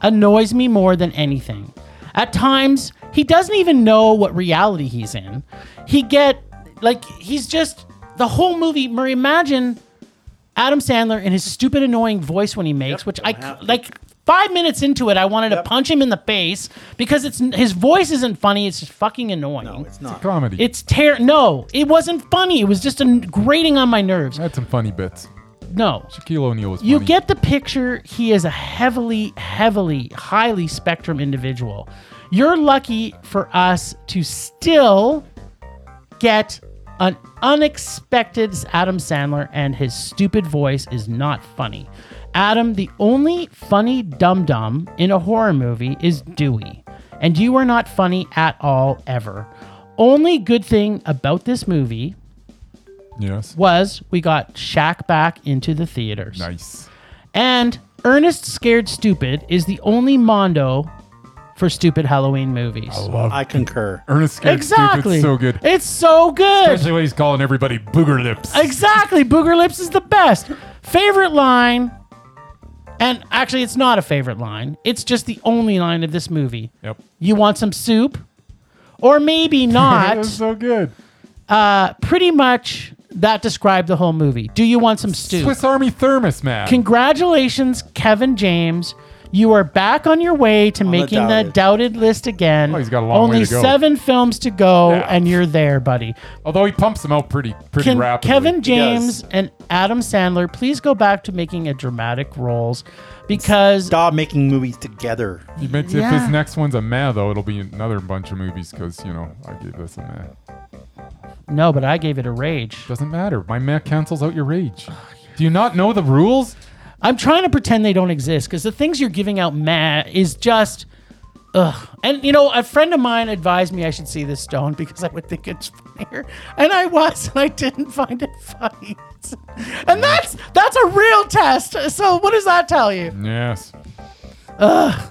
Annoys me more than anything. At times, he doesn't even know what reality he's in. He get like he's just the whole movie. Murray, imagine Adam Sandler in his stupid, annoying voice when he makes, which I
don't have to.
like. Five minutes into it, I wanted to punch him in the face because it's his voice isn't funny. It's just fucking annoying.
No, it's not.
Comedy.
It's ter no, it wasn't funny. It was just a grating on my nerves.
I had some funny bits.
No.
Shaquille O'Neal was.
You
funny.
get the picture. He is a heavily, heavily, highly spectrum individual. You're lucky for us to still get an unexpected Adam Sandler, and his stupid voice is not funny. Adam, the only funny dum dum in a horror movie is Dewey, and you are not funny at all ever. Only good thing about this movie
Yes.
was we got Shaq back into the theaters.
Nice.
And Ernest Scared Stupid is the only Mondo for stupid Halloween movies.
Love.
I concur.
Ernest Scared
exactly.
Stupid's so good.
It's so good.
Especially when he's calling everybody booger lips.
exactly. Booger Lips is the best. Favorite line. And actually, it's not a favorite line. It's just the only line of this movie.
Yep.
You want some soup?
<laughs>
Or maybe
It
not.
was so good.
uh, pretty much that described the whole movie. Do you want some stew?
Swiss Army thermos, man.
Congratulations, Kevin James. You are back on your way to making the
doubted.
doubted list again.
Oh, he's got a long
Only
way to go.
seven films to go,
Yeah.
and you're there, buddy.
Although he pumps them out pretty, pretty
Can
rapidly.
Kevin
does.
James and Adam Sandler please go back to making a dramatic roles? Because
Stop making movies together.
You meant if
Yeah.
this next one's a meh, though, it'll be another bunch of movies because, you know, I gave this a meh.
no, but I gave it a rage.
Doesn't matter. My meh cancels out your rage. Do you not know the rules?
I'm trying to pretend they don't exist because the things you're giving out, Matt, is just. Ugh. And you know, a friend of mine advised me I should see this stone <laughs> because I would think it's funnier, and I was, and I didn't find it funny. <laughs> And that's that's a real test.
Oh,
So what does that tell you?
Yes.
the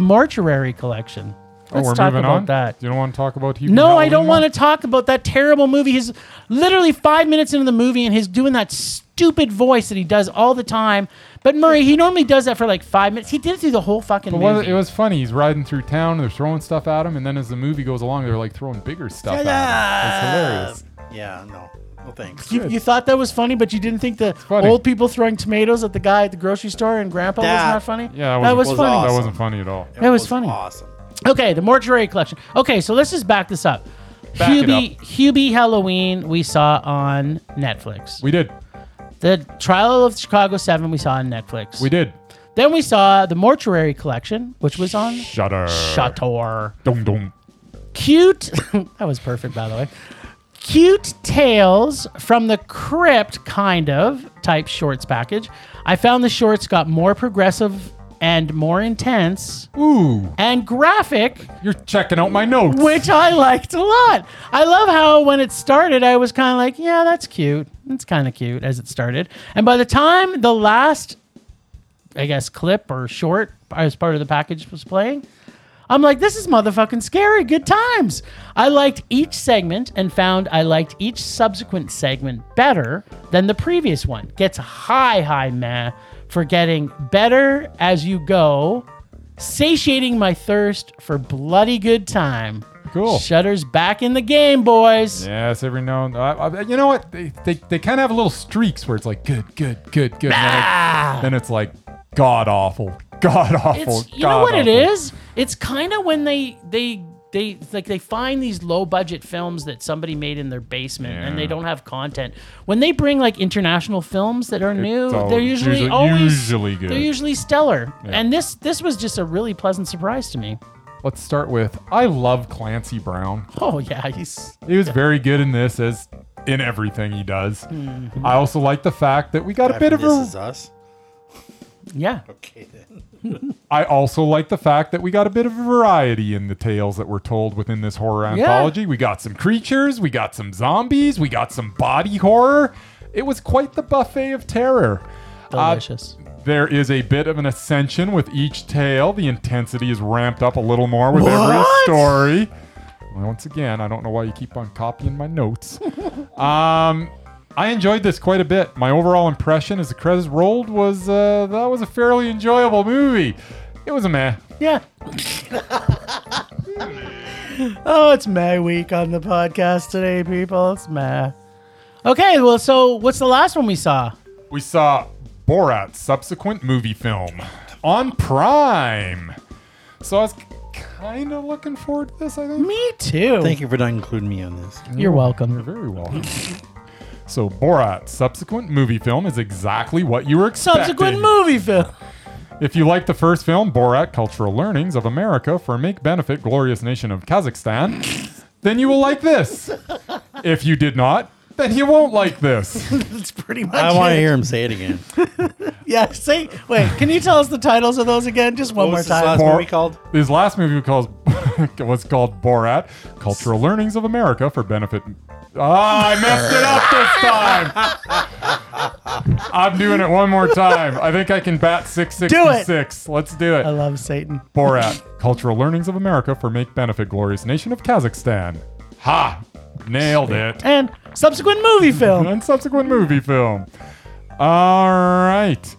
mortuary collection.
Oh,
Let's
we're
talk
moving
about
on.
that.
You don't want to talk about Hubie
No, I don't want to talk about that terrible movie. He's literally five minutes into the movie and he's doing that stupid voice that he does all the time. But Murray, he normally does that for like five minutes. He did it through the whole fucking
But
movie.
what, it was funny. He's riding through town. They're throwing stuff at him, and then as the movie goes along, they're like throwing bigger stuff at him. It's hilarious.
Yeah, no, no thanks.
you, you thought that was funny, but you didn't think the
funny.
old people throwing tomatoes at the guy at the grocery store and grandpa was
That-
not funny?
Yeah,
that was,
wasn't-
funny.
That
awesome.
wasn't funny at all.
That was funny.
Awesome.
Okay, the mortuary collection. Okay, so let's just back this up.
Back it
Hubie, Hubie Halloween we saw on Netflix.
We did.
the Trial of Chicago 7 we saw on Netflix.
We did.
Then we saw the Mortuary Collection, which was on
Shutter.
Shutter.
Dum dum.
Cute. <laughs> that was perfect, by the way. Cute Tales from the Crypt, kind of type shorts package. I found the shorts got more progressive and more intense
Ooh,
and graphic
you're checking out my notes.
which I liked a lot. I love how when it started, I was kind of like, yeah, that's cute. It's kind of cute as it started. And by the time the last, I guess, clip or short as part of the package was playing, I'm like, this is motherfucking scary. Good times. I liked each segment and found I liked each subsequent segment better than the previous one. Gets high, high meh for getting better as you go, satiating my thirst for bloody good time.
Cool.
Shutter's back in the game, boys.
Yes, every now and I, I, you know what they they, they kind of have little streaks where it's like good, good, good, good, and then, it- then it's like god awful, <laughs> god awful.
Ah! It's, you know what it
god-awful.
is? It's kind of when they they they it's like they find these low budget films that somebody made in their basement and they
Yeah.
don't have content. When they bring like international films that are new,
all-
they're usually,
usually-
always
usually good.
They're usually stellar. And this this was just a really pleasant surprise to me.
Let's start with I love Clancy Brown.
Oh <laughs> yeah, he's
He was very good in this as in everything he does.
Hmm.
I also like the fact that we got a bit of
this is
a.
us.
yeah.
Okay then.
I also like the fact that we got a bit of variety in the tales that were told within this horror anthology. We got some creatures, we got some zombies, we got some body horror. It was quite the buffet of terror. Uh,
Delicious.
There is a bit of an ascension with each tale. The intensity is ramped up a little more with every story. Once again, I don't know why you keep on copying my notes. um, I enjoyed this quite a bit. My overall impression as the credits rolled was uh, that was a fairly enjoyable movie. It was a meh.
<laughs> yeah. oh, it's my week on the podcast today, people. It's meh. Okay, well, so what's the last one we saw?
We saw Borat's subsequent movie film on Prime. So I was kind of looking forward to this, I think.
Me too.
Thank you for not including me on this.
You're welcome.
You're very welcome. so Borat's subsequent movie film is exactly what you were expecting.
Subsequent movie film.
If you like the first film, Borat: Cultural Learnings of America for Make Benefit Glorious Nation of Kazakhstan, then you will like this. If you did not, then you won't like this.
<laughs> That's pretty much.
I want to
it.
hear him say
<laughs>
it again.
Yeah. Say. Wait. Can you tell us the titles of those again? Just one
What
more
was this last
time.
Bor-
movie called?
His last movie calls <laughs> was called Borat: Cultural Learnings of America for Benefit. Ah, I messed it up this time. I'm doing it one more time. I think I can bat six six
Do it.
six. Let's do
I
it.
love Satan.
Borat: Cultural Learnings of America for Make Benefit Glorious Nation of Kazakhstan. Ha! Nailed it.
<laughs> And subsequent movie
<laughs>
film.
And subsequent movie film. All right.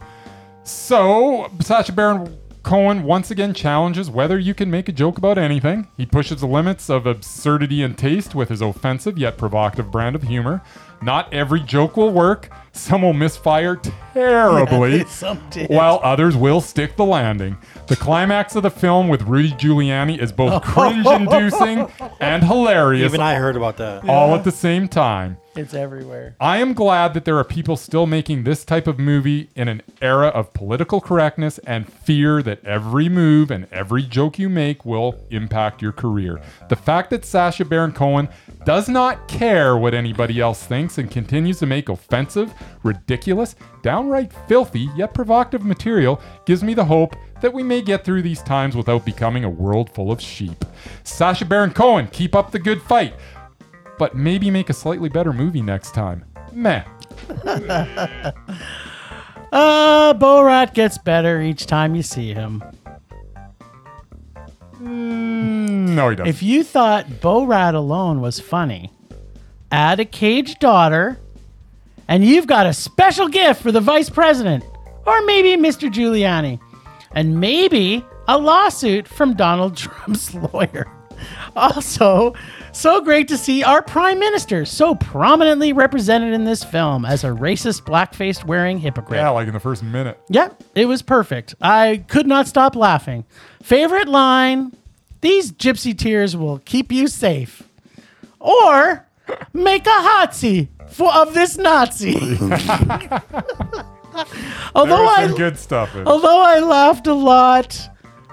So, Sacha Baron Cohen once again challenges whether you can make a joke about anything. He pushes the limits of absurdity and taste with his offensive yet provocative brand of humor. Not every joke will work. Some will misfire terribly,
Some did.
while others will stick the landing. The climax of the film with Rudy Giuliani is both cringe-inducing and hilarious,
Even I heard about that.
all at the same time.
It's everywhere.
I am glad that there are people still making this type of movie in an era of political correctness and fear that every move and every joke you make will impact your career. The fact that Sasha Baron Cohen does not care what anybody else thinks and continues to make offensive, ridiculous, downright filthy, yet provocative material gives me the hope that we may get through these times without becoming a world full of sheep. Sasha Baron Cohen, keep up the good fight but maybe make a slightly better movie next time. Meh.
Uh, Borat gets better each time you see him.
No, he doesn't.
If you thought Bo Rat alone was funny, add a caged daughter, and you've got a special gift for the vice president, or maybe Mr. Giuliani, and maybe a lawsuit from Donald <laughs> Trump's lawyer. Also, so great to see our prime minister so prominently represented in this film as a racist, black faced wearing hypocrite.
yeah, like in the first minute.
Yep, it was perfect. I could not stop laughing. Favorite line These gypsy tears will keep you safe. Or make a hotsy for of this Nazi. <laughs>
There
although
was some
I Oh.
good stuff. In. it.
although I laughed a lot,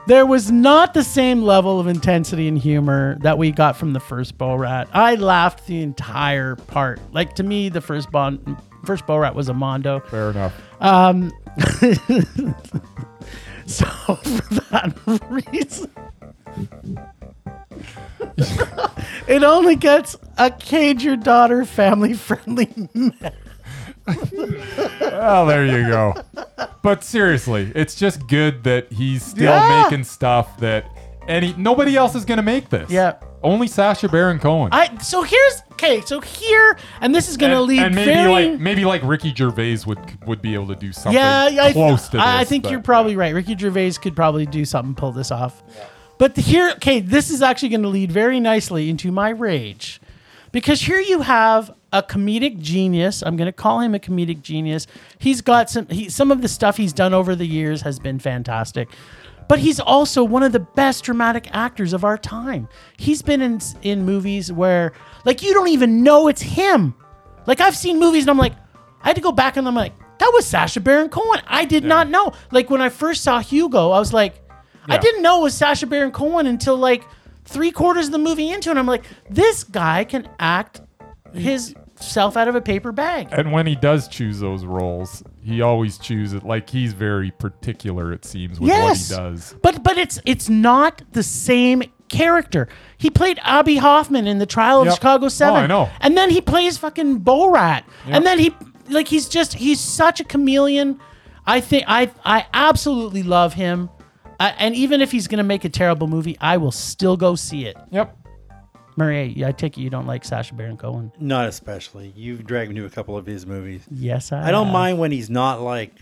there was not the same level of intensity and humor that we got from the first Bo Rat. I laughed the entire part. Like to me, the first Bon first Bo Rat was a mondo.
Fair enough.
So <laughs> for that reason, it only gets a cage your daughter family friendly.
Well, Ah, there you
<laughs>
go. But seriously, it's just good that he's still
Yeah.
making stuff that any nobody else is gonna make this.
Yeah.
Only Sasha Baron Cohen.
I so here's okay. So here and this is gonna
and,
lead
and maybe
very.
like maybe like Ricky Gervais would would be able to do something
yeah, yeah, I,
close to this.
I think
but-
you're probably right. Ricky Gervais could probably do something, pull this off. But the- here, okay, this is actually going to lead very nicely into my rage. Because here you have a comedic genius. I'm going to call him a comedic genius. He's got some, he, some of the stuff he's done over the years has been fantastic. But he's also one of the best dramatic actors of our time. He's been in, in movies where, like, you don't even know it's him. Like I've seen movies and I'm like, I had to go back and I'm like, that was Sasha Baron Cohen. I did not know. Like when I first saw Hugo, I was like, I
Yeah.
didn't know it was Sasha Baron Cohen until like three quarters of the movie into, it. and I'm like, this guy can act his self out of a paper bag.
and when he does choose those roles, he always chooses like he's very particular. It seems with
Yes,
what he does.
but but it's it's not the same character. He played Abby Hoffman in the Trial of
Yep.
Chicago
Oh,
Seven.
I know.
And then he plays fucking Borat.
Yep.
And then he like he's just he's such a chameleon. I think I I absolutely love him. Uh, and even if he's gonna make a terrible movie, I will still go see it.
Yep.
Maria, I take it you don't like Sasha Baron Cohen.
Not especially. You've dragged me to a couple of his movies.
Yes, I.
I don't
have.
mind when he's not like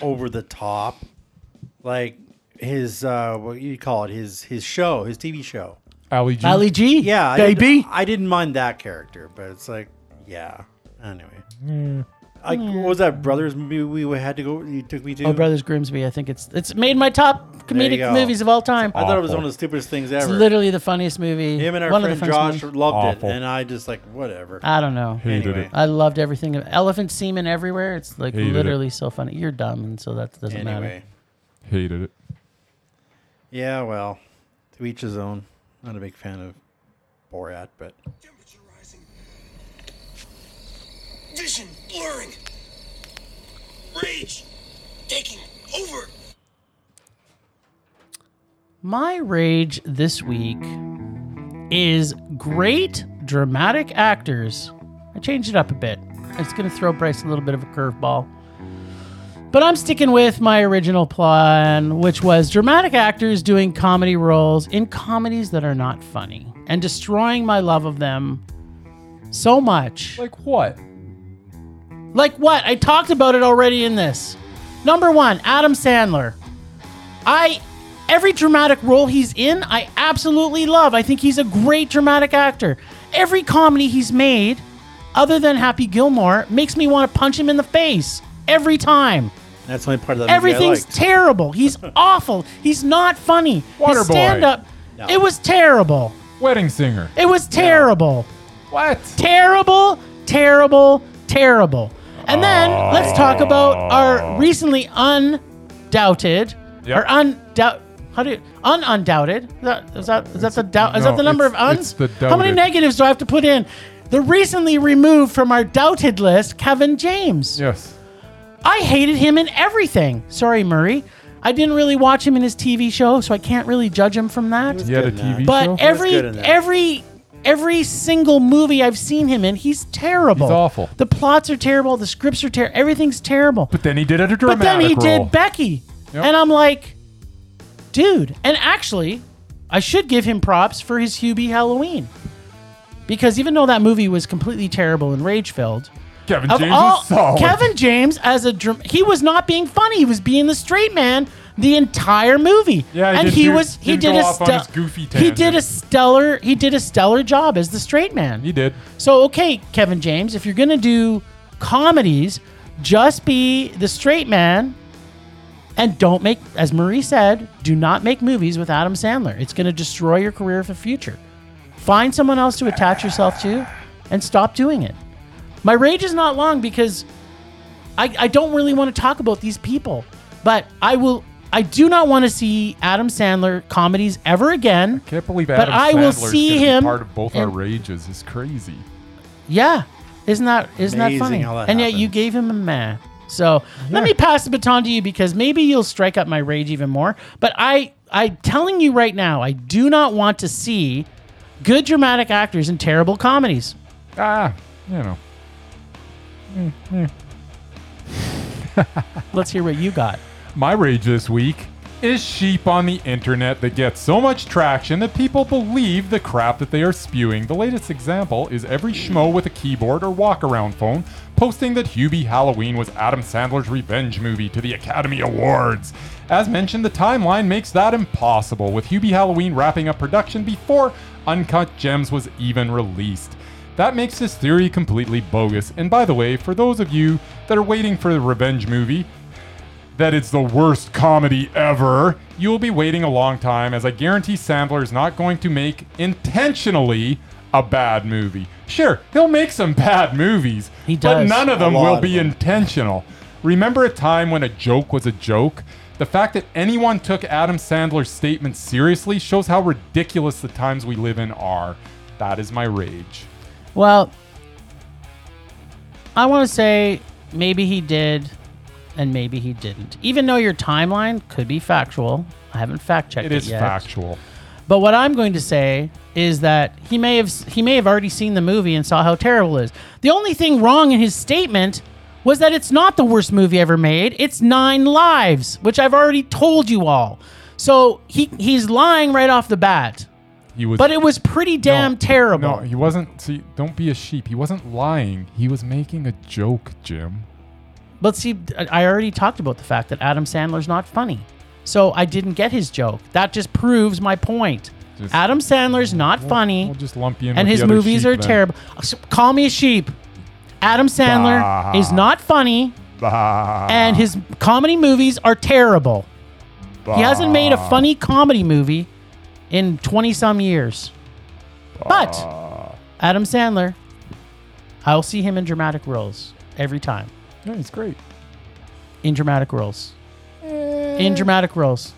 over the top, like his uh, what you call it, his his show, his TV show.
Ali G.
Ali G.
Yeah, I
baby.
didn't, I didn't mind that character, but it's like, yeah. Anyway,
Mm.
like what was that brothers movie we had to go? You took me to.
Oh, Brothers Grimsby. I think it's it's made my top
you
comedic
go.
movies of all time.
I thought it was
Awful.
one of the stupidest things
It's
ever.
literally the funniest movie.
Him and our
One of the
friend
funniest
Josh
movies.
loved
Awful.
it, and I just like whatever.
I don't know.
hated
Anyway.
it.
I loved everything. Elephant semen everywhere. It's like
Hated it.
literally so funny. You're dumb, and so that doesn't matter.
Anyway,
Hated it.
yeah, well, to each his own. Not a big fan of Borat, but
Temperature rising. Vision blurring. Rage taking over.
My rage this week is great dramatic actors. I changed it up a bit. It's going to throw Bryce a little bit of a curveball. But I'm sticking with my original plan, which was dramatic actors doing comedy roles in comedies that are not funny and destroying my love of them so much.
Like what?
Like what? I talked about it already in this. Number one, Adam Sandler. I every dramatic role he's in, I absolutely love. I think he's a great dramatic actor. Every comedy he's made, other than Happy Gilmore, makes me want to punch him in the face every time.
that's the only part of that movie I
Everything's
liked.
terrible. He's awful. He's not funny.
Waterboy.
His stand-up, it was terrible.
Wedding singer.
It was terrible
What?
terrible, terrible, terrible. And then let's talk about our recently undoubted
Yep.
or undoubt. How do you, un undoubted? Is that is that, is that the doubt? Is
no,
that the number of
it's- it's
uns?
the
How many
doubted.
negatives do I have to put in? The recently removed from our doubted list, Kevin James.
Yes.
I hated him in everything. Sorry, Murray. I didn't really watch him in his TV show, so I can't really judge him from that.
He had a
good in that.
TV show.
But every
good in that.
every every single movie I've seen him in, he's terrible.
He's awful.
The plots are terrible. The scripts are terrible. Everything's terrible. But,
But then he did a dramatic
then he
role.
did Becky,
Yep.
and I'm like, dude. And actually, I should give him props for his Hubie Halloween. Because even though that movie was completely terrible and rage filled,
Kevin
of
James
all,
is solid.
Kevin James as a dr- he was not being funny. He was being the straight man the entire movie.
Yeah, he
and
didn't
he
do-
was he
didn't
did
go
a
off on
stu-
his goofy
he did a
tangent.
stellar he did a stellar job as the straight man.
He did.
So okay, Kevin James, if you're gonna do comedies, just be the straight man, and don't make, as Marie said, do not make movies with Adam Sandler. It's gonna destroy your career for the future. Find someone else to attach yourself to, and stop doing it. My rage is not long because I, I don't really want to talk about these people, but I will. I do not want to see Adam Sandler comedies ever again.
Can't believe
But
Adam
I will
Sandler's
see
gonna be
him
part of both our
in-
rages. Is crazy.
Yeah. Isn't that isn't that
Amazing
funny?
how that
and yet
happened.
you gave him a meh. So let me pass the baton to you because maybe you'll strike up my rage even more. But I I telling you right now, I do not want to see good dramatic actors in terrible comedies.
Ah, you know.
Let's hear what you got.
My rage this week is sheep on the internet that gets so much traction that people believe the crap that they are spewing. The latest example is every schmo with a keyboard or walk around phone posting that Hubie Halloween was Adam Sandler's revenge movie to the Academy Awards. As mentioned, the timeline makes that impossible, with Hubie Halloween wrapping up production before Uncut Gems was even released. That makes this theory completely bogus. And by the way, for those of you that are waiting for the revenge movie, that it's the worst comedy ever, you'll be waiting a long time as I guarantee Sandler is not going to make intentionally a bad movie. Sure, he'll make some <laughs> bad movies,
He
but
does.
none of
A
them
lot
will
of
be
them.
intentional. Remember a time when a joke was a joke? The fact that anyone took Adam Sandler's statement seriously shows how ridiculous the times we live in are. That is my rage.
Well, I want to say maybe he did and maybe he didn't. Even though your timeline could be factual. I haven't fact checked
It
it,
is
yet.
factual.
But what I'm going to say is that he may have he may have already seen the movie and saw how terrible it is. The only thing wrong in his statement was that it's not the worst movie ever made. It's Nine Lives, which I've already told you all. So he he's lying right off the bat.
He was
But it was pretty damn
No,
terrible.
No, he wasn't. See, don't be a sheep. He wasn't lying. He was making a joke, Jim.
But see, I already talked about the fact that Adam Sandler's not funny. So I didn't get his joke. That just proves my point.
Just-
Adam Sandler's not funny.
We'll just lump you in.
and
with
his
the other
movies
sheep
are
then.
terrible. S- Call me a sheep. Adam Sandler
Bah.
is not funny,
Bah,
and his comedy movies are terrible.
bah,
He hasn't made a funny comedy movie in 20 some years. But Adam Sandler, I'll see him in dramatic roles every time.
Yeah, he's great.
In dramatic roles.
Eh.
In dramatic roles.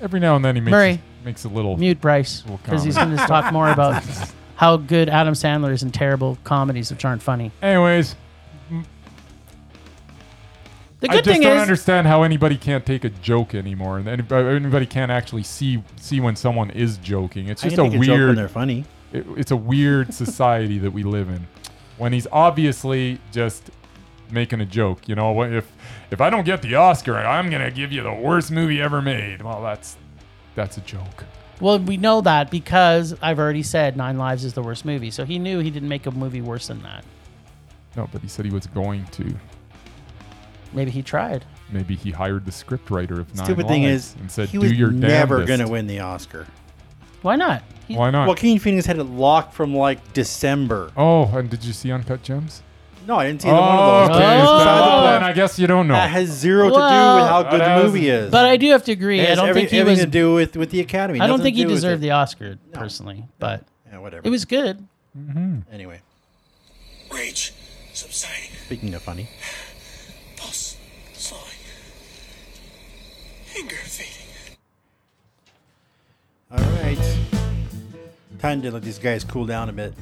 Every now and then he makes
Murray.
makes a little.
Mute Bryce
Little
because he's going to talk
<laughs>
more about how good Adam Sandler is in terrible comedies which aren't funny.
Anyways,
The
I just
good thing
don't
is,
understand how anybody can't take a joke anymore, and anybody, anybody can't actually see see when someone is joking. It's
I
just
can
a
take joke when
weird.
they're funny.
it, it's a weird
<laughs>
society that we live in when he's obviously just making a joke you know what if if i don't get the oscar i'm gonna give you the worst movie ever made well that's that's a joke
Well, we know that because I've already said Nine Lives is the worst movie. So he knew he didn't make a movie worse than that.
no but he said he was going to
Maybe he tried.
maybe he hired the script writer of nine
Stupid thing
Lives
is,
and said
he
do
was
your
never
damnedest."
gonna win the Oscar.
Why not? He,
why not
Joaquin Phoenix had it locked from like December.
oh and did you see uncut gems
No, I didn't see
oh,
either one of those.
okay
Oh.
so then i guess you don't know
That has zero to do
Well-
with how good
That
the
has-
movie is.
But I do have to agree.
It
I
has
don't
every-
think he
everything
was.
to do with with the Academy.
I don't
Nothing
think
to
he
do with
deserved
it.
the Oscar personally, but
Yeah, whatever.
it was good.
anyway.
Rage subsiding.
Speaking of funny,
Pulse slowing. Anger fading.
all right, time to let these guys cool down a bit.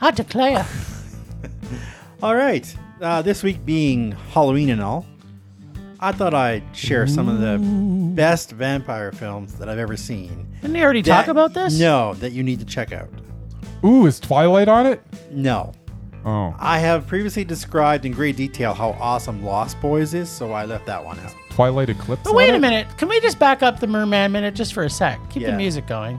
I declare.
All right, uh, this week being Halloween and all, I thought I'd share some of the best vampire films that I've ever seen.
Didn't they already talk
That-
about this?
No, that you need to check out.
ooh is twilight on it
No.
oh
I have previously described in great detail how awesome Lost Boys is, so I left that one out.
Twilight Eclipse.
But wait a minute. Can we just back up the Merman minute just for a sec? Keep
Yeah.
the music going.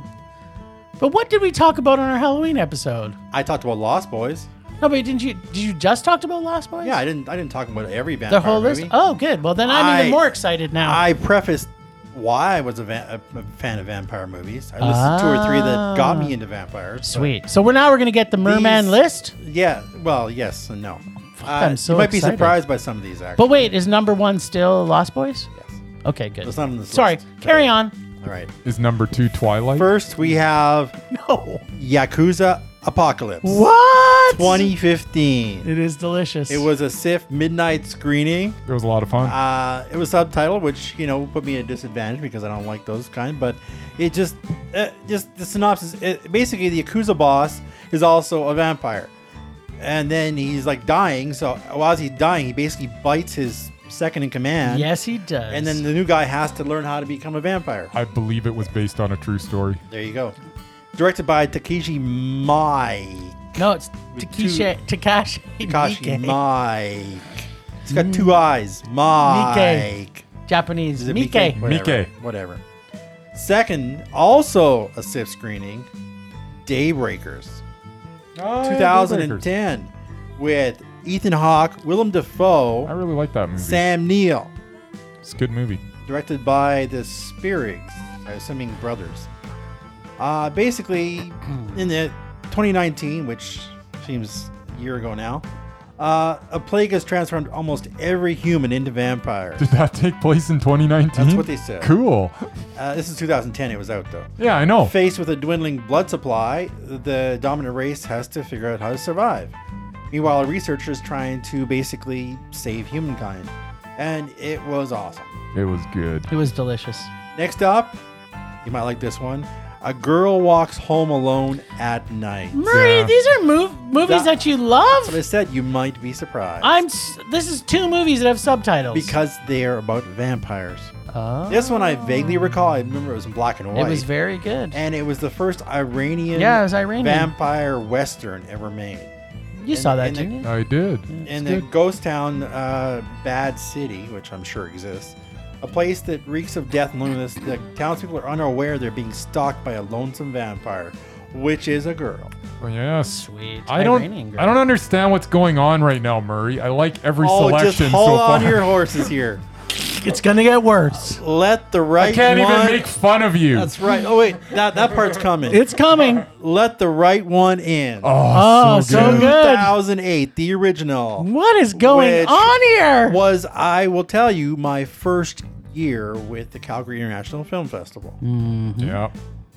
But what did we talk about on our Halloween episode?
I talked about Lost Boys.
No, but didn't you? Did you just talked about Lost Boys?
Yeah, I didn't. I didn't talk about every vampire
the whole list.
movie.
Oh, good. Well, then I'm
I-
even more excited now.
I prefaced why I was a, va- a, a fan of vampire movies. I listed two or three that got
Ah.
me into vampires. but-
Sweet. So we're now we're gonna get the Merman
These-
list.
Yeah. Well, yes and no. Uh,
I'm so
you might be
excited.
surprised by some of these. Actually,
But wait, is number one still Lost Boys?
Yes.
Okay, good.
That's not on this
Sorry,
list.
carry on.
all right.
Is number two Twilight?
First, we have
No.
Yakuza Apocalypse
What?
2015.
It is delicious.
It was a SIF midnight screening.
It was a lot of fun.
Uh, it was subtitled, which you know put me at a disadvantage because I don't like those kind. But it just, uh, just the synopsis. It, basically, the Yakuza boss is also a vampire, and then he's like dying. So while he's dying, he basically bites his second in command.
Yes, he does.
And then the new guy has to learn how to become a vampire.
I believe it was based on a true story.
There you go. Directed by Takeshi Mike.
no, it's
With
Takeshi Takashi
<laughs> Takashi
Miike.
Mike. He's got two eyes. Mike.
Japanese
Is it
Mike.
Whatever.
Mike.
Whatever. Second, also a SIF screening, Daybreakers,
Oh,
2010, with Ethan Hawke, Willem
I
Dafoe,
really like that movie.
Sam Neill,
It's a good movie.
directed by the Spearigs, I assuming brothers. Uh, basically, in the 2019, which seems a year ago now, uh, a plague has transformed almost every human
<laughs>
into vampires.
Did that take place in 2019?
That's what they said.
Cool.
Uh, this is 2010; it was out though.
Yeah, I know.
Faced with a dwindling blood supply, the dominant race has to figure out how to survive. Meanwhile, researchers trying to basically save humankind, and it was awesome.
It was good.
It was delicious.
Next up, you might like this one. A girl walks home alone at night.
Murray,
Yeah.
these are mov- movies
That-
that you
That's what I
love.
said. You might be surprised.
I'm. s- This is two movies that have subtitles.
because they are about vampires.
Oh.
This one I vaguely recall. I remember it was in black and white.
it was very good.
and it was the first Iranian,
Yeah, it was Iranian.
vampire western ever made.
you saw that,
and the-
didn't you?
I did.
in
It's
the
good.
ghost town uh, Bad City, which I'm sure exists, a place that reeks of death and loneliness, the townspeople are unaware they're being stalked by a lonesome vampire, which is a girl.
Oh, yes.
Sweet.
I don't.
Iranian girl.
I don't understand what's going on right now, Murray. I like every
oh, just
selection
hold
so
on
far.
to your horses here.
It's gonna get worse.
Let
<laughs>
the
I
right
can't
one.
even make fun of you.
<laughs> That's right. Oh wait, that that part's coming.
It's coming.
Let the right one in.
oh,
Oh,
so
so
good.
good.
2008, the original.
What is going
Which
on here?
was I will tell you my first year with the Calgary International Film Festival.
Hmm. Yeah.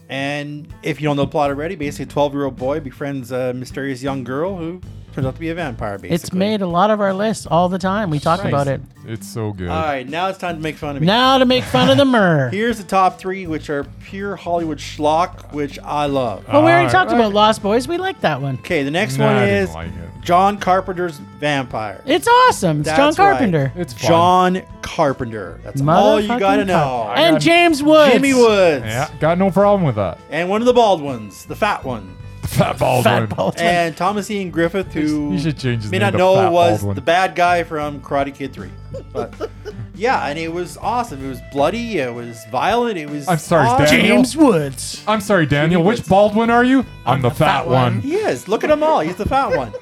And if you don't know the plot already, basically a 12 year old boy befriends a mysterious young girl who turns out to be a vampire, basically.
It's made a lot of our lists all the time. We talk about it.
It's so good.
All right, now it's time to make fun of me.
Now to make fun of the
<laughs>
myrrh.
Here's the top three, which are pure Hollywood schlock, which I love.
Oh,
Well, we already
All
talked
right.
about Lost Boys. We like that one.
Okay, the next
Nah, I
one
didn't
is
like it.
John Carpenter's Vampire.
It's awesome. It's John
That's right.
Carpenter.
It's fun.
John Carpenter. That's all you
Motherfucking Car-
gotta know.
And James Woods.
Jimmy Woods.
Yeah, got no problem with that. <laughs>
And one of the bald ones, the fat one.
Fat Baldwin.
Fat Baldwin.
And Thomas Ian Griffith, who
You should change his
may
name
not
to
know
Fat
was
Baldwin.
the bad guy from Karate Kid 3. But <laughs> yeah, and it was awesome. It was bloody, it was violent, it was.
I'm sorry,
awesome.
Daniel.
James Woods.
I'm sorry, Daniel. Which
Woods.
Baldwin are you? I'm, the, fat, one.
He is. Look at them all. He's the fat
<laughs>
one.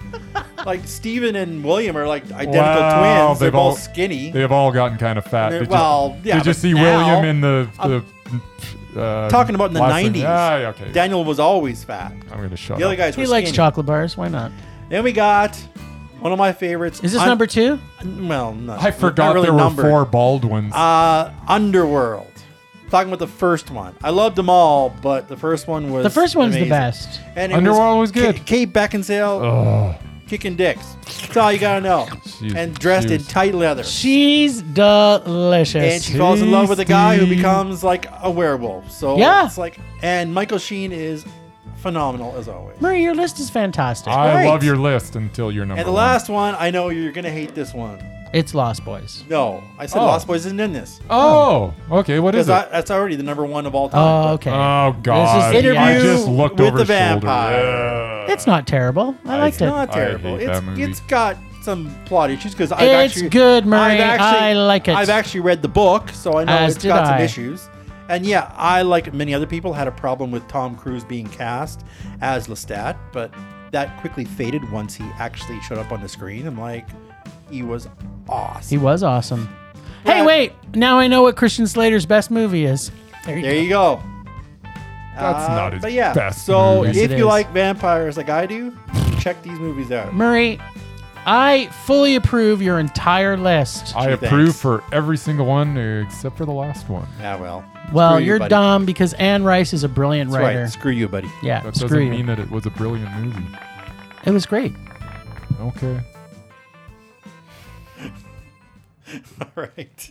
like, Steven and William are like identical
Wow,
twins. They're
they've
both
all-
skinny.
They've all gotten kind of fat.
They're-
Did you-
well, yeah,
Did you
but
see
now-
William in the the? uh,
Talking about in the
last
90s.
thing? Ah, yeah, okay.
Daniel was always fat.
I'm gonna shut
The other
up.
guys were
He likes
skinny.
chocolate bars. Why not?
Then we got one of my favorites.
Is this
Un-
number two?
Well, no.
I forgot
not really
there were
numbered.
four Baldwins.
Uh, Underworld. Talking about the first one. I loved them all, but the first one was
The first one's
amazing.
the best.
And
Underworld was good.
Ka- Kate Beckinsale
oh,
kicking dicks. That's all you gotta know.
She's-
and dressed in
she's-
tight leather.
She's delicious.
and she falls in love with a guy who
tasty.
becomes like a werewolf. So
Yeah.
it's like, and Michael Sheen is phenomenal as always.
Murray, your list is fantastic.
I
right.
love your list until you're number
And the
one.
last one, I know you're gonna hate this one.
it's Lost Boys.
No, I said
Oh.
Lost Boys isn't in this
Oh, okay. What is
because
it?
that's already the number one of all time.
Oh,
but-
okay.
Oh God!
This is the
I just
interview
looked
with
over
the
his shoulder.
vampire.
Yeah.
it's not terrible. I liked
It's
it.
not
I
terrible.
hate
It's
that movie.
it's got some plot issues because I've
It's
actually
good, Murray. I like it.
I've actually read the book, so I know
As
it's
did
got
I.
some issues. And yeah, I like many other people had a problem with Tom Cruise being cast as Lestat, but that quickly faded once he actually showed up on the screen. I'm like, he was
He
awesome.
was awesome. Hey,
Yeah.
wait! Now I know what Christian Slater's best movie is. There you
there you go. Uh,
That's not his
But yeah,
best
so
movie.
Yes,
if
it
you
is.
like vampires like
<laughs>
I do, check these movies out.
Murray, I fully approve your entire list.
I
Thanks.
approve for every single one except for the last one.
Ah, well.
well,
Screw you,
you're
buddy.
dumb because Anne Rice is a brilliant
That's
writer.
right. Screw you, buddy. <laughs>
Yeah,
That
screw
doesn't
you.
mean that it was a brilliant movie.
it was great.
Okay.
All right.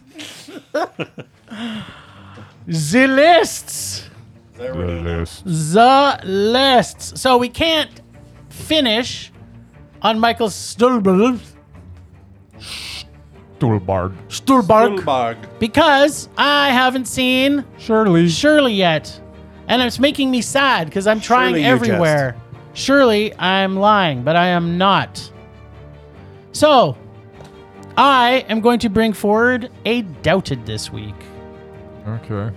The lists.
There we go.
List.
The lists. So we can't finish on Michael Stuhlbarg,
Toolbar.
Stuhlbarg
Spielberg.
because I haven't seen
Shirley.
Surely yet. And it's making me sad because I'm trying
Surely you
everywhere. Surely I'm lying, but I am not. So, I am going to bring forward a doubted this week.
Okay.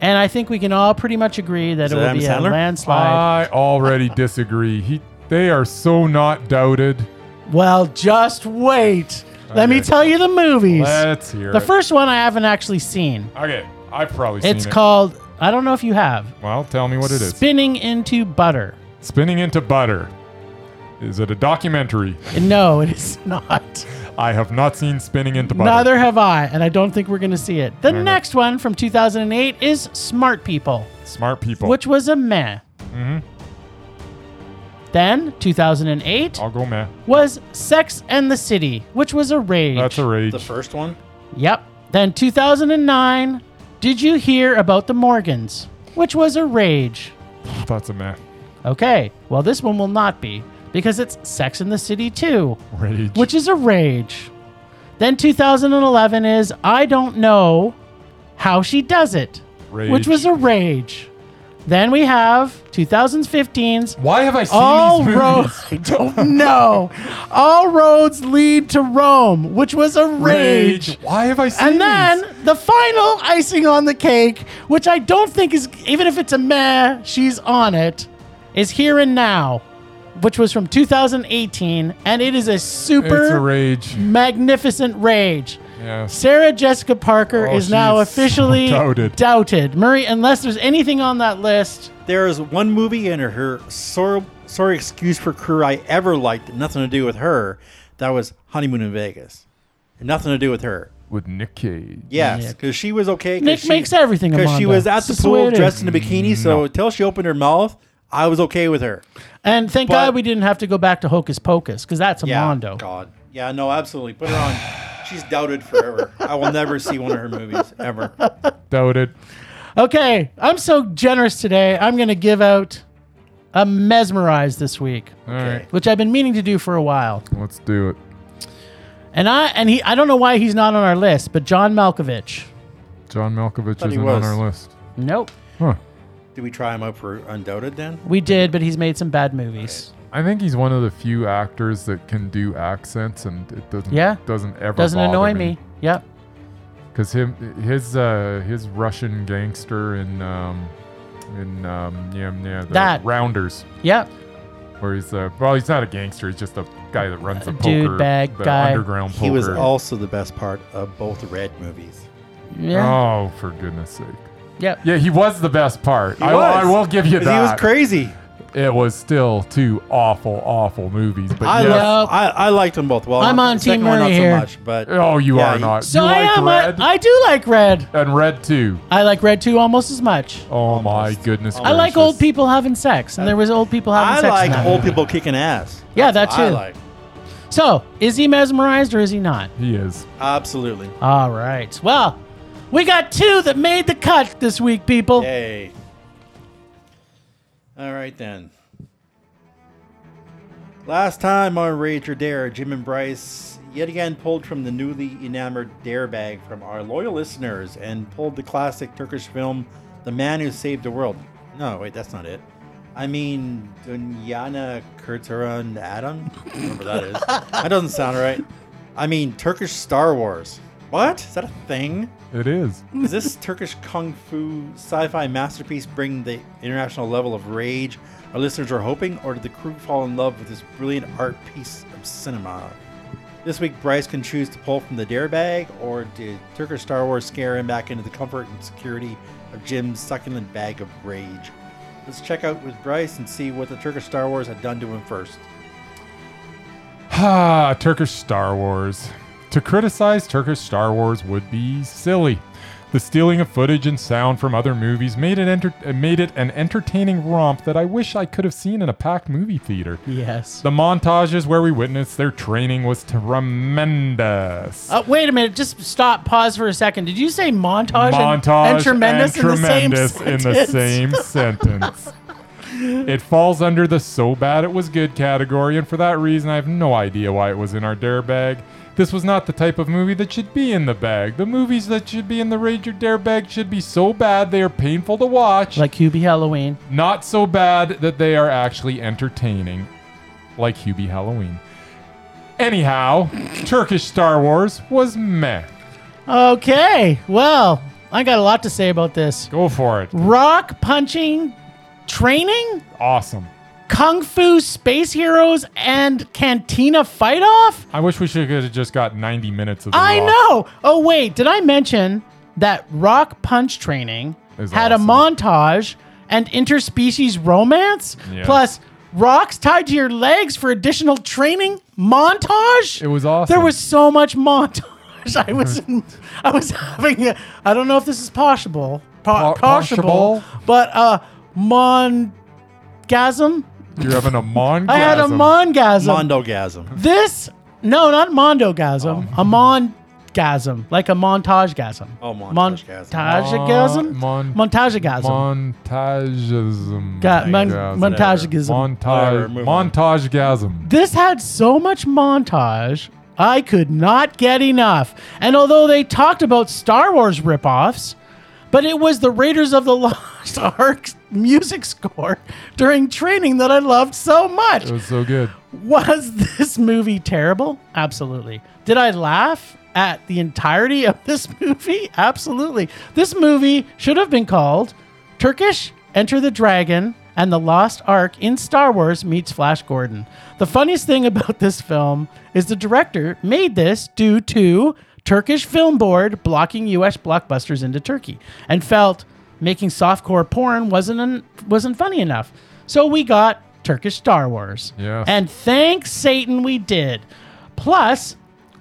And I think we can all pretty much agree that
Is
it
it
will
Adam
be a
Sandler?
landslide.
I already disagree. He, they are so not doubted.
well, just wait. Let me
Okay.
tell you the movies.
Let's hear
the
it.
first one I haven't actually seen.
Okay, I've probably seen
It's
it.
called, I don't know if you have,
well, tell me what it is.
Spinning into Butter.
Spinning into butter. Is it a documentary?
No, it is not.
I have not seen Spinning into Butter.
Neither have I, and I don't think we're going to see it. The
Fair
next one from 2008 is Smart People,
Smart people.
which was a meh.
Mhm.
Then 2008
I'll go meh.
was Sex and the City, which was a rage.
That's a rage.
The first one?
yep. Then 2009, Did You Hear About the Morgans, which was a rage.
That's a meh.
Okay, well, this one will not be because it's Sex and the City 2.
Rage.
which is a rage. Then 2011 is I don't know how she does it,
rage.
which was a rage. Then we have 2015's
Why have I seen
All
these movies? <laughs>
Roads I don't know. All roads lead to Rome, which was a rage.
Rage. Why have I seen
And
these?
then the final icing on the cake, which I don't think is even if it's a meh, she's on it, is Here and Now, which was from 2018, and it is a super
It's a rage.
magnificent rage.
Yes.
Sarah Jessica Parker
Oh,
is now
she's so
officially
doubted.
doubted. Murray, unless there's anything on that list,
There is one movie in her sorry, sorry excuse for career I ever liked, that nothing to do with her. That was Honeymoon in Vegas. Nothing to do with her.
With Nick Cage.
Yes,
Nick.
because she was okay. 'cause
Nick
she,
makes everything a
Because she
Mondo.
was at
It's
the
just the way
pool
it
dressed
is.
in a bikini, so until she opened her mouth, I was okay with her.
and thank
But-
God we didn't have to go back to Hocus Pocus because that's a
Yeah.
mondo.
God. Yeah, no, absolutely. Put her on. <sighs> She's doubted forever. I will never see one of her movies
<laughs>
ever.
Doubted.
Okay, I'm so generous today. I'm gonna give out a mesmerize this week,
All right.
which I've been meaning to do for a while.
Let's do it.
And I and he, I don't know why he's not on our list, but John Malkovich.
John Malkovich
Thought he
isn't on
was.
our list.
Nope,
Huh.
Did we try him out for Undoubted then?
we did, but he's made some bad movies.
I think he's one of the few actors that can do accents, and it doesn't
Yeah.
doesn't ever
Doesn't annoy me. Yep.
because him his uh his Russian gangster in um in um yeah yeah the
That.
Rounders
Yep.
where he's uh well he's not a gangster he's just a guy that runs a
Dude
poker
bag
the
guy.
underground poker
He was also the best part of both Red movies.
Yeah.
oh for goodness sake
Yep.
yeah he was the best part
He
I, will- I
was.
will give you
'Cause
that
He was crazy.
it was still two awful awful movies but
I,
yes-
loved, I I liked them both well.
I'm on
The second
Team
one,
Murray
not
here.
so much, but
oh you
Yeah,
are
he-
not
So
you
I
like
am.
red
I, I do like red.
and red too
I like red too almost as much.
oh my goodness
I like
gracious.
old people having sex, and there was old people having
I
sex. in
like
that
old
movie.
people kicking ass.
Yeah,
That's
that
what
too.
I like.
So, is he mesmerized or is he not?
he is
Absolutely.
All right. Well, we got two that made the cut this week, people.
Yay. All right then. Last time on Rage or Dare, Jim and Bryce yet again pulled from the newly enamored dare bag from our loyal listeners and pulled the classic Turkish film The Man Who Saved the World. No, wait, that's not it. I mean, Dunyana Kurtaran Adam? Whatever that is. that doesn't sound right. I mean, Turkish Star Wars. What? Is that a thing?
It is.
Is this Turkish kung fu sci-fi masterpiece bring the international level of rage our listeners are hoping, or did the crew fall in love with this brilliant art piece of cinema? This week, Bryce can choose to pull from the dare bag, or did Turkish Star Wars scare him back into the comfort and security of Jim's succulent bag of rage? Let's check out with Bryce and see what the Turkish Star Wars had done to him first.
Ah, Turkish Star Wars. To criticize Turkish Star Wars would be silly. The stealing of footage and sound from other movies made it enter- uh, made it an entertaining romp that I wish I could have seen in a packed movie theater.
Yes.
The montages where we witnessed their training was tremendous.
Uh, wait a minute. Just stop. Pause for a second. Did you say montage? and-
montage
and, tremendous,
and tremendous
in the same
in the
sentence?
same
<laughs>
sentence. It falls under the so bad it was good category, and for that reason, I have no idea why it was in our dare bag. This was not the type of movie that should be in the bag. The movies that should be in the Rage or Dare bag should be so bad they are painful to watch,
Like Hubie Halloween.
not so bad that they are actually entertaining, like Hubie Halloween. Anyhow, Turkish Star Wars was meh.
Okay. Well, I got a lot to say about this.
Go for it.
Rock punching, training,
Awesome.
kung fu, space heroes, and cantina fight off.
I wish we should have just got 90 minutes of. The
I
Rock.
know. Oh wait, did I mention that rock punch training
Is
had
awesome.
a montage and interspecies romance
Yes.
plus rocks tied to your legs for additional training montage?
It was awesome.
There was so much montage. I was in, I was having a, I don't know if this is possible.
Po-
Po-
possible?
possible, but uh mongasm.
You're having a mongasm.
<laughs> I had a mongasm.
Mondogasm.
This no, not mondogasm. A mongasm, like a montagegasm.
Oh, montagegasm.
Montagegasm.
Mon-
montagegasm.
Montagism.
Got mon-
Gasm.
montagegasm.
Montage.
Whatever, move on.
Montagegasm.
This had so much montage, I could not get enough. And although they talked about Star Wars ripoffs, but it was the Raiders of the <laughs> Lost Ark music score during training that I loved so much.
It was so good.
Was <laughs> this movie terrible? Absolutely. Did I laugh at the entirety of <laughs> this movie? Absolutely. This movie should have been called Turkish Enter the Dragon and the Lost Ark in Star Wars meets Flash Gordon. The funniest thing <laughs> about this film is the director made this due to Turkish Film Board blocking US blockbusters into Turkey and felt making softcore porn wasn't an, wasn't funny enough. So we got Turkish Star Wars.
Yes.
And thank Satan we did. Plus,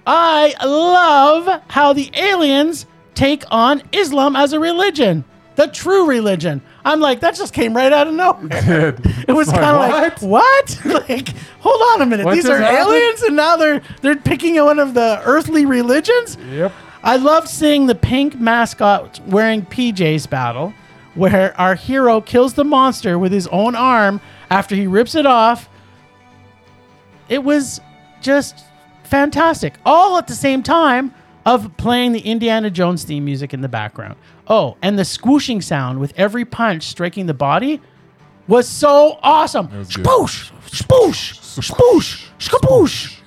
I love how the aliens take on Islam as a religion, the true religion. I'm like, that just came right out of nowhere. <laughs> It was
Like,
kind of like, what? <laughs> like, hold on a minute.
What
These
just
are
happened?
aliens, and now they're they're picking one of the earthly religions.
Yep.
I loved seeing the pink mascot wearing PJ's battle, where our hero kills the monster with his own arm after he rips it off. It was just fantastic, all at the same time of playing the Indiana Jones theme music in the background. Oh, and the squooshing sound with every punch striking the body was so awesome.
was good.
Spoosh, spoosh, spoosh, skapoosh.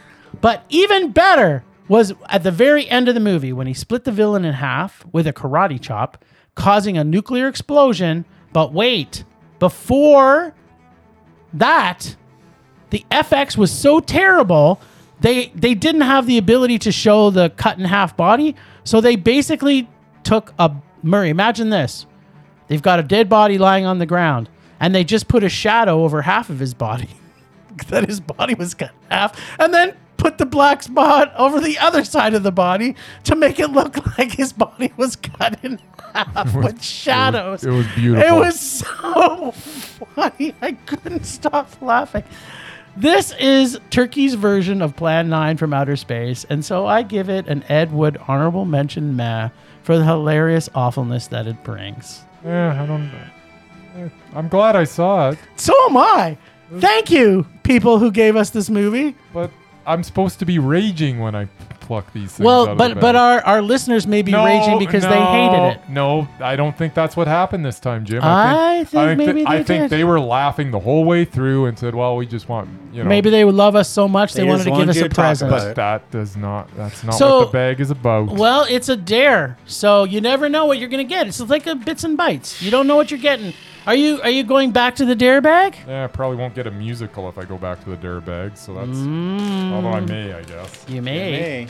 But even better was at the very end of the movie when he split the villain in half with a karate chop, causing a nuclear explosion. But wait, before that, the FX was so terrible, they they didn't have the ability to show the cut in half body. So they basically took a Murray, imagine this. They've got a dead body lying on the ground, and they just put a shadow over half of his body. <laughs> that his body was cut in half, and then put the black spot over the other side of the body to make it look <laughs> like his body was cut in half with shadows.
it was beautiful.
It was so funny. I couldn't stop laughing. This is Turkey's version of Plan 9 from Outer Space, and so I give it an Ed Wood honorable mention meh for the hilarious awfulness that it brings.
Yeah, I don't. eh, I'm glad I saw it,
So am I. Thank you, people who gave us this movie.
but I'm supposed to be raging when I pluck these things. out
Well,
of
but
the
but
bag.
our, our listeners may be raging because they
no,
hated it.
No, I don't think that's what happened this time, Jim.
I think maybe
I
they
think
did.
they were laughing the whole way through and said, "Well, we just want you know."
Maybe they would love us so much they,
They
wanted
just
to give
wanted
us
you
a
to talk
present.
about it.
that does not. That's not
So-
what the bag is about.
Well, it's a dare, so you never know what you're gonna get. It's like a bits and bites. You don't know what you're getting. Are you are you going back to the dare bag?
yeah, I probably won't get a musical if I go back to the dare bag. So that's
Mm.
although I may, I guess.
You may
Hey.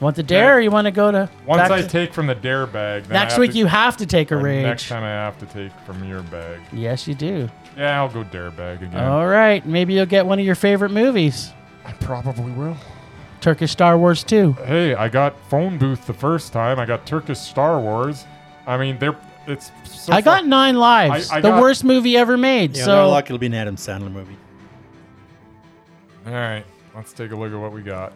want the dare, or you want to go to
Once
back
I
to-
take from the dare bag, then I
next
have
week.
to-
you have to take a
or
rage.
Next time I have to take from your bag.
Yes, you do.
Yeah, I'll go dare bag again.
All right, maybe you'll get one of your favorite movies,
I probably will.
Turkish Star Wars 2.
hey, I got phone booth the first time. I got Turkish Star Wars. I mean, they're it's. So
I got nine lives,
I- I
the
got-
worst movie ever made.
You know,
so
not lucky it'll be an Adam Sandler movie.
All right, let's take a look at what we got.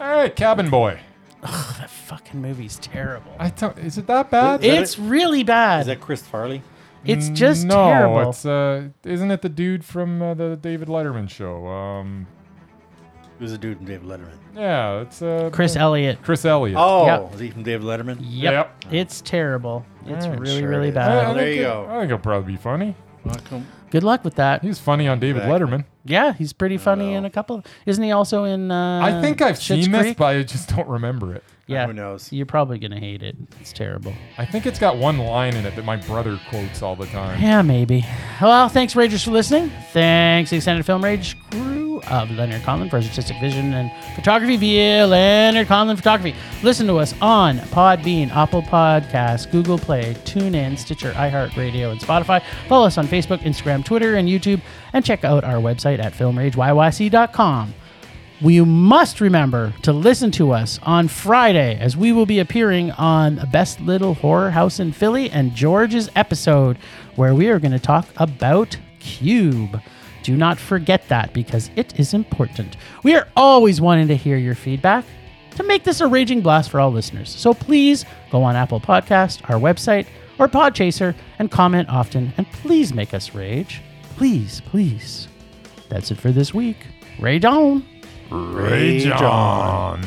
All right, Cabin Boy.
that fucking movie's terrible.
I don't. Is it that bad?
Is that
it's really bad.
Is that Chris Farley?
it's just
no,
terrible.
it's uh, isn't it the dude from uh, the David Letterman show? Um,
He was a dude from David Letterman.
yeah, it's uh,
Chris Elliott.
Chris Elliott.
Oh,
Yep.
is he from David Letterman?
Yep.
Yep.
It's terrible. It's
Alright,
really,
sure
really
it is.
I- I
bad.
uh, there
think
you
it-
go.
I think he'll probably be funny.
Welcome.
Good luck with that.
He's funny on David
Exactly.
Letterman.
Yeah, he's pretty funny
well.
in a couple. Isn't he also in? Uh,
I think I've
Schitt's
seen this,
Creek?
but I just don't remember it.
yeah,
Who knows?
You're probably gonna hate it. It's terrible.
I think it's got one line in it that my brother quotes all the time.
Yeah, maybe. Well, thanks, Ragers, for listening. Thanks, the Extended Film Rage crew of Leonard Conlon for his artistic vision and photography via Leonard Conlon Photography. Listen to us on Podbean, Apple Podcasts, Google Play, TuneIn, Stitcher, iHeartRadio, and Spotify. Follow us on Facebook, Instagram, Twitter, and YouTube, and check out our website at filmrageyyc.com. You must remember to listen to us on Friday as we will be appearing on Best Little Horror House in Philly and George's episode where we are going to talk about Cube. Do not forget that because it is important. We are always wanting to hear your feedback to make this a raging blast for all listeners. So please go on Apple Podcast, our website, or Podchaser and comment often and please make us rage. Please, please. That's it for this week. Rage on.
Ray John.